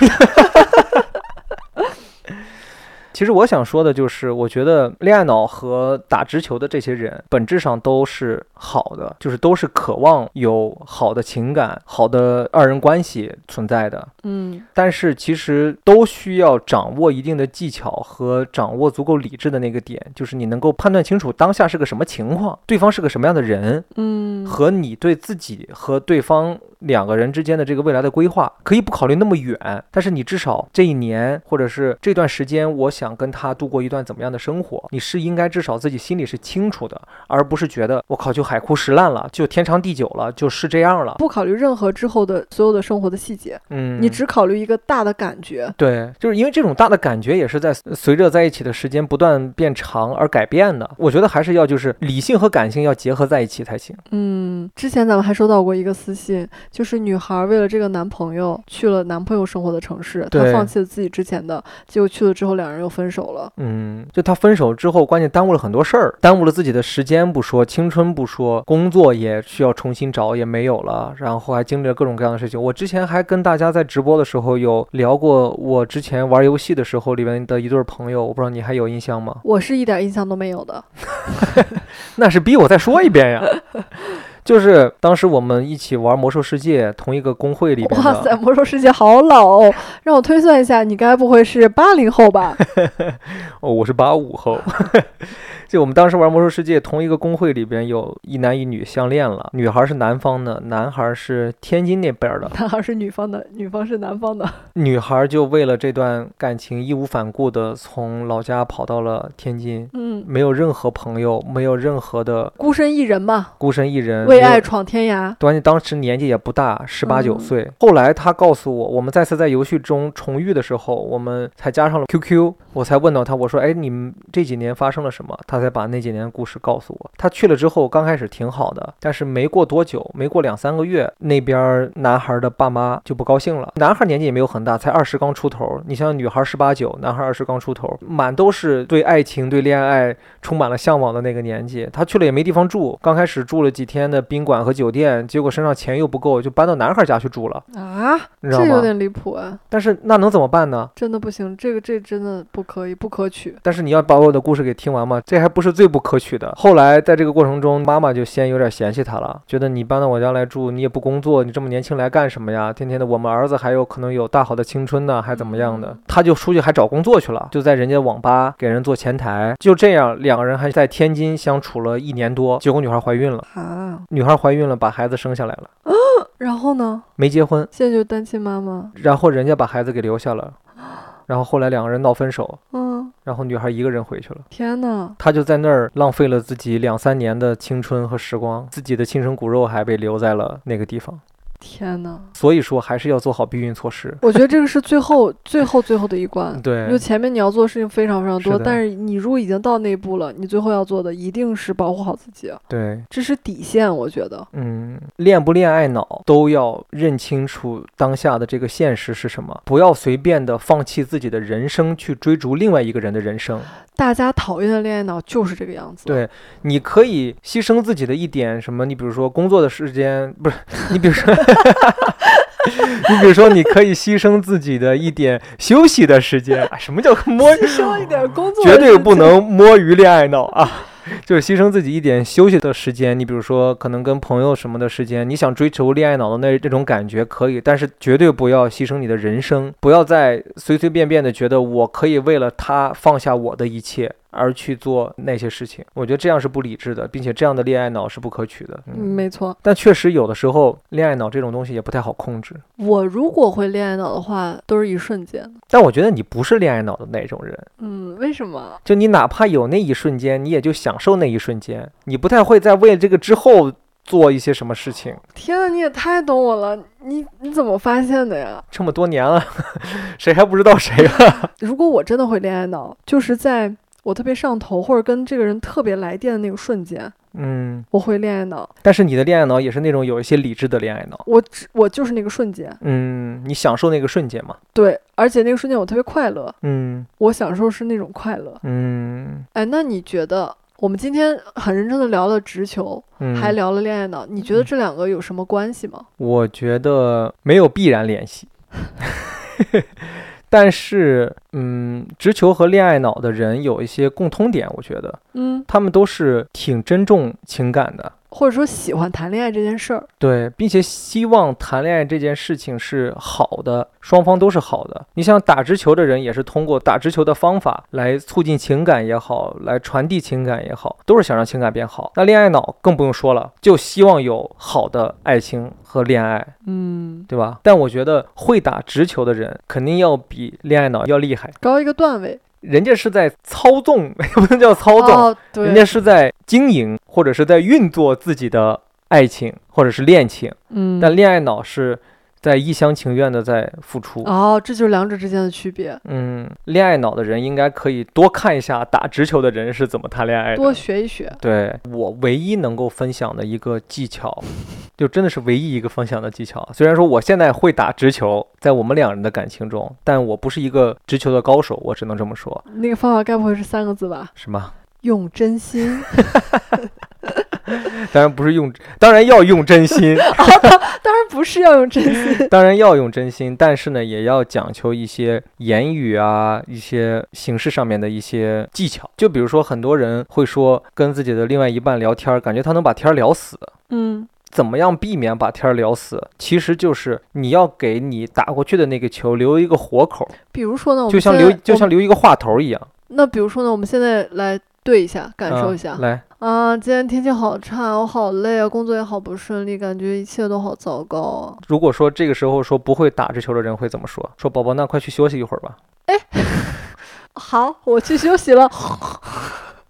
[SPEAKER 1] 其实我想说的就是，我觉得恋爱脑和打直球的这些人，本质上都是好的，就是都是渴望有好的情感、好的二人关系存在的。
[SPEAKER 2] 嗯
[SPEAKER 1] 但是其实都需要掌握一定的技巧和掌握足够理智的那个点，就是你能够判断清楚当下是个什么情况，对方是个什么样的人，
[SPEAKER 2] 嗯，
[SPEAKER 1] 和你对自己和对方两个人之间的这个未来的规划，可以不考虑那么远，但是你至少这一年或者是这段时间，我想跟他度过一段怎么样的生活，你是应该至少自己心里是清楚的，而不是觉得我靠就海枯石烂了，就天长地久了，就是这样了。
[SPEAKER 2] 不考虑任何之后的所有的生活的细节，
[SPEAKER 1] 嗯，
[SPEAKER 2] 你只考虑一个大的感觉。
[SPEAKER 1] 对，就是因为这种大的感觉也是在随随着在一起的时间不断变长而改变的。我觉得还是要就是理性和感性要结合在一起才行。
[SPEAKER 2] 嗯，之前咱们还收到过一个私信，就是女孩为了这个男朋友去了男朋友生活的城市，她
[SPEAKER 1] 对
[SPEAKER 2] 放弃了自己之前的，结果去了之后两人又分手了。
[SPEAKER 1] 嗯，就他分手之后，关键耽误了很多事儿，耽误了自己的时间不说，青春不说，工作也需要重新找，也没有了，然后还经历了各种各样的事情。我之前还跟大家在直播的时候有聊过，我之前玩游戏的时候里面的一对儿朋友，我不知道你还有印象吗？
[SPEAKER 2] 我是一点印象都没有的。
[SPEAKER 1] 那是逼我再说一遍呀。 就是当时我们一起玩魔兽世界，同一个公会里边
[SPEAKER 2] 哇塞，
[SPEAKER 1] 的，
[SPEAKER 2] 魔兽世界好 老哦！让我推算一下，你该不会是八零后吧？
[SPEAKER 1] 哦，我是八五后。 就我们当时玩魔兽世界，同一个公会里边有一男一女相恋了，女孩是南方的，男孩是天津那边 的，
[SPEAKER 2] 男孩是女方的，女方是男方的。
[SPEAKER 1] 女孩就为了这段感情义无反顾的从老家跑到了天津，
[SPEAKER 2] 嗯，
[SPEAKER 1] 没有任何朋友，没有任何的
[SPEAKER 2] 孤身一人嘛，
[SPEAKER 1] 孤身一人，
[SPEAKER 2] 为
[SPEAKER 1] 没有
[SPEAKER 2] 爱闯天涯。
[SPEAKER 1] 关键当时年纪也不大，十八九
[SPEAKER 2] 嗯
[SPEAKER 1] 岁。后来他告诉我，我们再次在游戏中重遇的时候，我们才加上了 QQ，我才问到他，我说：“哎，你们这几年发生了什么？”他才把那几年故事告诉我。他去了之后，刚开始挺好的，但是没过多久，没过两三个月，那边儿男孩的爸妈就不高兴了。男孩年纪也没有很大，才二十刚出头，你像女孩十八九，男孩二十刚出头，满都是对爱情、对恋爱充满了向往的那个年纪。他去了也没地方住，刚开始住了几天的的宾馆和酒店，结果身上钱又不够，就搬到男孩家去住了，
[SPEAKER 2] 啊，
[SPEAKER 1] 你知道
[SPEAKER 2] 这有
[SPEAKER 1] 吗？
[SPEAKER 2] 点离谱啊！
[SPEAKER 1] 但是那能怎么办呢？
[SPEAKER 2] 真的不行，这个这真的不可以，不可取。
[SPEAKER 1] 但是你要把我的故事给听完嘛，这还不是最不可取的。后来在这个过程中，妈妈就先有点嫌弃他了，觉得你搬到我家来住，你也不工作，你这么年轻来干什么呀？天天的，我们儿子还有可能有大好的青春呢，还怎么样的
[SPEAKER 2] 嗯？
[SPEAKER 1] 他就出去还找工作去了，就在人家网吧给人做前台。就这样，两个人还在天津相处了一年多，结果女孩怀孕了，
[SPEAKER 2] 啊，
[SPEAKER 1] 女孩怀孕了，把孩子生下来了，
[SPEAKER 2] 然后呢？
[SPEAKER 1] 没结婚，
[SPEAKER 2] 现在就是单亲妈妈，
[SPEAKER 1] 然后人家把孩子给留下了，然后后来两个人闹分手，
[SPEAKER 2] 嗯，
[SPEAKER 1] 然后女孩一个人回去了。
[SPEAKER 2] 天哪，
[SPEAKER 1] 他就在那儿浪费了自己两三年的青春和时光，自己的亲生骨肉还被留在了那个地方。
[SPEAKER 2] 天哪！
[SPEAKER 1] 所以说，还是要做好避孕措施。
[SPEAKER 2] 我觉得这个是 最后、最后、最后的一关。就
[SPEAKER 1] 对，
[SPEAKER 2] 前面你要做的事情非常非常
[SPEAKER 1] 是
[SPEAKER 2] 多，
[SPEAKER 1] 的
[SPEAKER 2] 但是你如果已经到那一步了，你最后要做的一定是保护好自己，啊
[SPEAKER 1] 对，
[SPEAKER 2] 这是底线，我觉得。
[SPEAKER 1] 嗯，恋不恋爱脑都要认清楚当下的这个现实是什么，不要随便的放弃自己的人生去追逐另外一个人的人生。
[SPEAKER 2] 大家讨厌的恋爱脑就是这个样子。
[SPEAKER 1] 对，你可以牺牲自己的一点什么，你比如说工作的时间，不是，你比如说。 你比如说，你可以牺牲自己的一点休息的时间。啊什么叫摸
[SPEAKER 2] 牺牲一点工作，
[SPEAKER 1] 绝对不。能摸鱼恋爱脑啊！ 就是牺牲自己一点休息的时间，你比如说可能跟朋友什么的时间，你想追求恋爱脑的那那种感觉可以，但是绝对不要牺牲你的人生，不要再随随便便的觉得我可以为了他放下我的一切而去做那些事情，我觉得这样是不理智的，并且这样的恋爱脑是不可取的。
[SPEAKER 2] 嗯，没错，
[SPEAKER 1] 但确实有的时候恋爱脑这种东西也不太好控制。
[SPEAKER 2] 我如果会恋爱脑的话，都是一瞬间的。
[SPEAKER 1] 但我觉得你不是恋爱脑的那种人，
[SPEAKER 2] 嗯，为什么？
[SPEAKER 1] 就你哪怕有那一瞬间，你也就享受那一瞬间，你不太会在为这个之后做一些什么事情。
[SPEAKER 2] 天呐，你也太懂我了，你你怎么发现的呀？
[SPEAKER 1] 这么多年了， 谁还不知道谁啊？
[SPEAKER 2] 如果我真的会恋爱脑，就是在我特别上头或者跟这个人特别来电的那个瞬间，
[SPEAKER 1] 嗯，
[SPEAKER 2] 我会恋爱脑。
[SPEAKER 1] 但是你的恋爱脑也是那种有一些理智的恋爱脑。
[SPEAKER 2] 我只我就是那个瞬间，
[SPEAKER 1] 嗯，你享受那个瞬间嘛？
[SPEAKER 2] 对，而且那个瞬间我特别快乐，
[SPEAKER 1] 嗯
[SPEAKER 2] 我享受是那种快乐。
[SPEAKER 1] 嗯
[SPEAKER 2] 哎，那你觉得我们今天很认真的聊了直球，
[SPEAKER 1] 嗯，
[SPEAKER 2] 还聊了恋爱脑，你觉得这两个有什么关系吗？
[SPEAKER 1] 我觉得没有必然联系， 但是嗯，直球和恋爱脑的人有一些共通点，我觉得
[SPEAKER 2] 嗯，
[SPEAKER 1] 他们都是挺珍重情感的。
[SPEAKER 2] 或者说喜欢谈恋爱这件事儿，
[SPEAKER 1] 对，并且希望谈恋爱这件事情是好的，双方都是好的。你像打直球的人，也是通过打直球的方法来促进情感也好，来传递情感也好，都是想让情感变好。那恋爱脑更不用说了，就希望有好的爱情和恋爱，
[SPEAKER 2] 嗯，
[SPEAKER 1] 对吧？但我觉得会打直球的人，肯定要比恋爱脑要厉害。
[SPEAKER 2] 高一个段位，
[SPEAKER 1] 人家是在操纵， 也不能叫操纵，
[SPEAKER 2] 哦，
[SPEAKER 1] 人家
[SPEAKER 2] 对，
[SPEAKER 1] 是在经营或者是在运作自己的爱情或者是恋情。
[SPEAKER 2] 嗯，
[SPEAKER 1] 但恋爱脑是在一厢情愿的在付出。
[SPEAKER 2] 哦，这就是两者之间的区别，
[SPEAKER 1] 嗯，恋爱脑的人应该可以多看一下打直球的人是怎么谈恋爱
[SPEAKER 2] 多
[SPEAKER 1] 的。
[SPEAKER 2] 学一学。
[SPEAKER 1] 对我唯一能够分享的一个技 巧，就真的是唯一一个分享的技巧。虽然说我现在会打直球，在我们两人的感情中，但我不是一个直球的高手，我只能这么说，
[SPEAKER 2] 那个方法该不会是三个字吧？
[SPEAKER 1] 是吗？
[SPEAKER 2] 用真心。
[SPEAKER 1] 当然不是用，当然要用真心，
[SPEAKER 2] 当然不是要用真 心。
[SPEAKER 1] 当然要用真心，但是呢，也要讲求一些言语啊，一些形式上面的一些技巧。就比如说，很多人会说跟自己的另外一半聊天儿，感觉他能把天儿聊死。
[SPEAKER 2] 嗯，
[SPEAKER 1] 怎么样避免把天儿聊死？其实就是你要给你打过去的那个球留一个活口，
[SPEAKER 2] 比如说呢，我们
[SPEAKER 1] 就像
[SPEAKER 2] 哦现在
[SPEAKER 1] 留就
[SPEAKER 2] 我
[SPEAKER 1] 像留一个话头一样。
[SPEAKER 2] 那比如说呢，我们现在来对一下，感受
[SPEAKER 1] 嗯
[SPEAKER 2] 一下。
[SPEAKER 1] 来，
[SPEAKER 2] 啊，今天天气好差，我好累啊，工作也好不顺利，感觉一切都好糟糕啊。
[SPEAKER 1] 如果说这个时候说不会打直球的人会怎么说？说宝宝，那快去休息一会儿吧，
[SPEAKER 2] 好，我去休息了。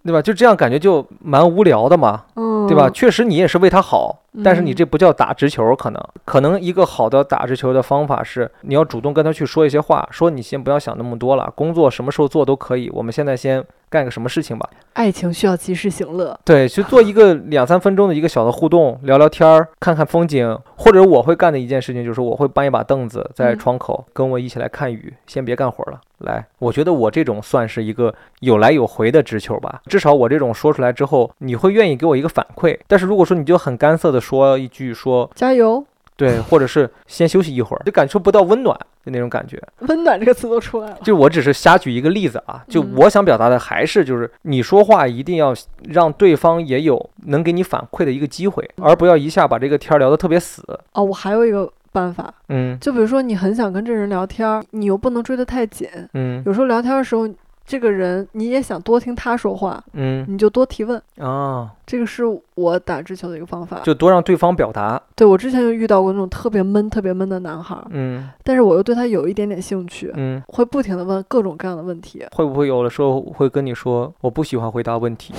[SPEAKER 1] 对吧？就这样感觉就蛮无聊的嘛。
[SPEAKER 2] 嗯，
[SPEAKER 1] 对吧？？确实你也是为他好，但是你
[SPEAKER 2] 嗯
[SPEAKER 1] 这不叫打直球，可能可能一个好的打直球的方法是，你要主动跟他去说一些话，说你先不要想那么多了，工作什么时候做都可以，我们现在先干个什么事情吧。
[SPEAKER 2] 爱情需要及时行乐。
[SPEAKER 1] 对，去做一个两三分钟的一个小的互动，聊聊天儿，看看风景，或者我会干的一件事情就是我会搬一把凳子在
[SPEAKER 2] 嗯
[SPEAKER 1] 窗口，跟我一起来看雨，先别干活了。来，我觉得我这种算是一个有来有回的直球吧，至少我这种说出来之后，你会愿意给我一个反馈。但是如果说你就很干涩的说一句说
[SPEAKER 2] 加油，
[SPEAKER 1] 对，或者是先休息一会儿，就感受不到温暖的那种感觉。
[SPEAKER 2] 温暖这个词都出来了。
[SPEAKER 1] 就我只是瞎举一个例子啊，就
[SPEAKER 2] 嗯
[SPEAKER 1] 我想表达的还是就是你说话一定要让对方也有能给你反馈的一个机会，而不要一下把这个天儿聊得特别死。
[SPEAKER 2] 哦，我还有一个办法，
[SPEAKER 1] 嗯
[SPEAKER 2] 就比如说你很想跟这人聊天儿，你又不能追得太紧，
[SPEAKER 1] 嗯
[SPEAKER 2] 有时候聊天的时候，这个人你也想多听他说话，
[SPEAKER 1] 嗯
[SPEAKER 2] 你就多提问。
[SPEAKER 1] 啊，
[SPEAKER 2] 这个是我打直球的一个方法。
[SPEAKER 1] 就多让对方表达。
[SPEAKER 2] 对我之前就遇到过那种特别闷、特别闷的男孩儿，
[SPEAKER 1] 嗯
[SPEAKER 2] 但是我又对他有一点点兴趣，
[SPEAKER 1] 嗯，
[SPEAKER 2] 会不停的问各种各样的问题，
[SPEAKER 1] 会不会有的时候会跟你说我不喜欢回答问题？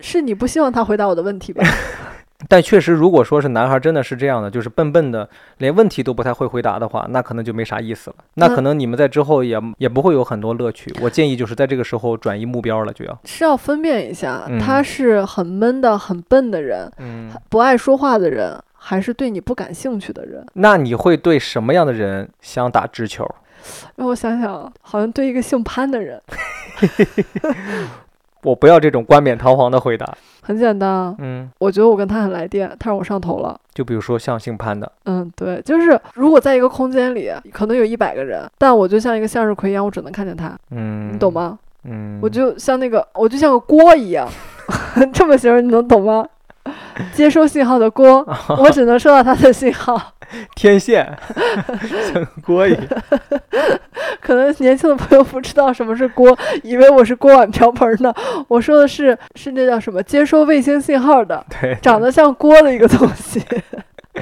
[SPEAKER 2] 是你不希望他回答我的问 题吧？
[SPEAKER 1] 但确实，如果说是男孩真的是这样的，就是笨笨的，连问题都不太会回答的话，那可能就没啥意思了。那
[SPEAKER 2] 那
[SPEAKER 1] 可能你们在之后也也不会有很多乐趣。我建议就是在这个时候转移目标了，就要。
[SPEAKER 2] 是要分辨一下，
[SPEAKER 1] 嗯
[SPEAKER 2] 他是很闷的、很笨的人，
[SPEAKER 1] 嗯，
[SPEAKER 2] 不爱说话的人，还是对你不感兴趣的人。
[SPEAKER 1] 那你会对什么样的人想打直球？
[SPEAKER 2] 让我想想啊，好像对一个姓潘的人，
[SPEAKER 1] 我不要这种冠冕堂皇的回答。
[SPEAKER 2] 很简单啊，
[SPEAKER 1] 嗯，
[SPEAKER 2] 我觉得我跟他很来电，他让我上头了。
[SPEAKER 1] 就比如说像姓潘的，
[SPEAKER 2] 嗯，对，就是如果在一个空间里，可能有一百个人，但我就像一个向日葵一样，我只能看见他，
[SPEAKER 1] 嗯，
[SPEAKER 2] 你懂？吗？
[SPEAKER 1] 嗯，
[SPEAKER 2] 我就像那个，我就像个锅一样， 这么形容你能懂吗？接收信号的锅，我只能收到他的信号。
[SPEAKER 1] 天线， 像个锅一样。
[SPEAKER 2] 可能年轻的朋友不知道什么是锅，以为我是锅碗瓢盆呢。我说的是是那叫什么接收卫星信号的，
[SPEAKER 1] 对，
[SPEAKER 2] 长得像锅的一个东西。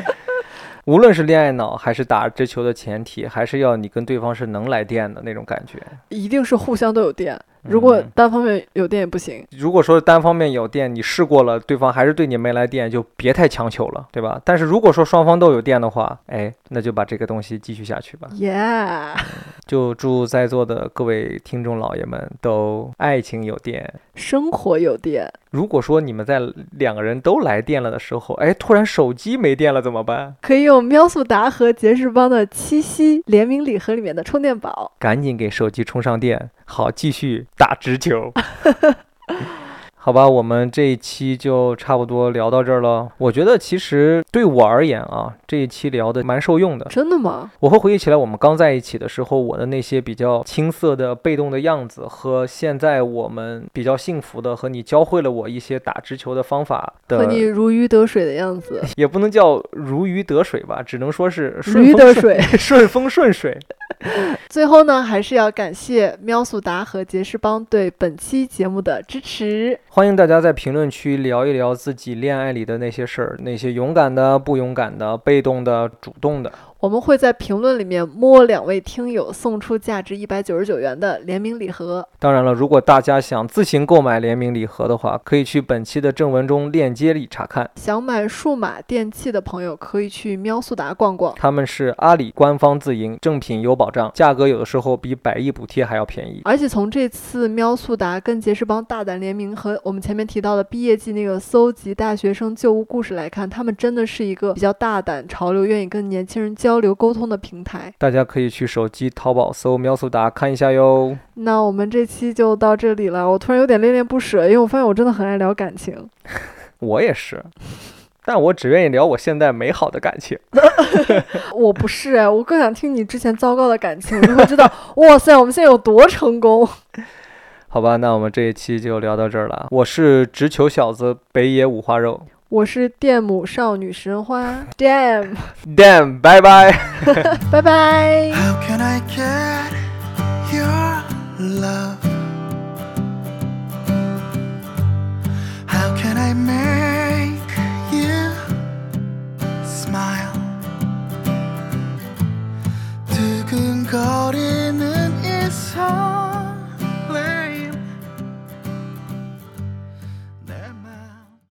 [SPEAKER 1] 无论是恋爱脑还是打直球的前提，还是要你跟对方是能来电的那种感觉。
[SPEAKER 2] 一定是互相都有电，如果
[SPEAKER 1] 嗯
[SPEAKER 2] 单方面有电也不行。
[SPEAKER 1] 如果说单方面有电，你试过了，对方还是对你没来电，就别太强求了，对吧？但是如果说双方都有电的话，哎，那就把这个东西继续下去吧。
[SPEAKER 2] Yeah。
[SPEAKER 1] 就祝在座的各位听众老爷们都爱情有电。
[SPEAKER 2] 生活有电，
[SPEAKER 1] 如果说你们在两个人都来电了的时候，哎，突然手机没电了怎么办？
[SPEAKER 2] 可以用喵速达和杰士邦的七夕联名礼盒里面的充电宝。
[SPEAKER 1] 赶紧给手机充上电，好继续打直球。好吧，我们这一期就差不多聊到这儿了。我觉得其实对我而言啊，这一期聊的蛮受用的。
[SPEAKER 2] 真的吗？
[SPEAKER 1] 我会回忆起来我们刚在一起的时候，我的那些比较青涩的、被动的样子，和现在我们比较幸福的，和你教会了我一些打直球的方法的，
[SPEAKER 2] 和你如鱼得水的样子，
[SPEAKER 1] 也不能叫如鱼得水吧，只能说是
[SPEAKER 2] 如
[SPEAKER 1] 顺
[SPEAKER 2] 鱼
[SPEAKER 1] 风
[SPEAKER 2] 得
[SPEAKER 1] 顺
[SPEAKER 2] 水。
[SPEAKER 1] 顺风顺水。
[SPEAKER 2] 最后呢，还是要感谢喵速达和杰士邦对本期节目的支持。
[SPEAKER 1] 欢迎大家在评论区聊一聊自己恋爱里的那些事儿，那些勇敢的、不勇敢的、被动的、主动的。
[SPEAKER 2] 我们会在评论里面摸两位听友送出价值一百九十九元的联名礼盒。
[SPEAKER 1] 当然了，如果大家想自行购买联名礼盒的话，可以去本期的正文中链接里查看。
[SPEAKER 2] 想买数码电器的朋友可以去喵速达逛逛。
[SPEAKER 1] 他们是阿里官方自营，正品有保障，价格有的时候比百亿补贴还要便宜。
[SPEAKER 2] 而且从这次喵速达跟杰士邦大胆联名和我们前面提到的毕业季那个搜集大学生旧物故事来看，他们真的是一个比较大胆、潮流、愿意跟年轻人交流沟通的平台。
[SPEAKER 1] 大家可以去手机淘宝搜“喵速达”看一下哟。
[SPEAKER 2] 那我们这期就到这里了，我突然有点恋恋不舍，因为我发现我真的很爱聊感情。
[SPEAKER 1] 我也是，但我只愿意聊我现在美好的感情。
[SPEAKER 2] 我不是哎，我更想听你之前糟糕的感情，你会知道，哇塞，我们现在有多成功。
[SPEAKER 1] 好吧，那我们这一期就聊到这儿了。我是直球小子北野五花肉
[SPEAKER 2] 我是电母少女食人花，Damn，
[SPEAKER 1] ，damn，拜拜。
[SPEAKER 2] 拜拜。
[SPEAKER 4] How can I get your love? How can I make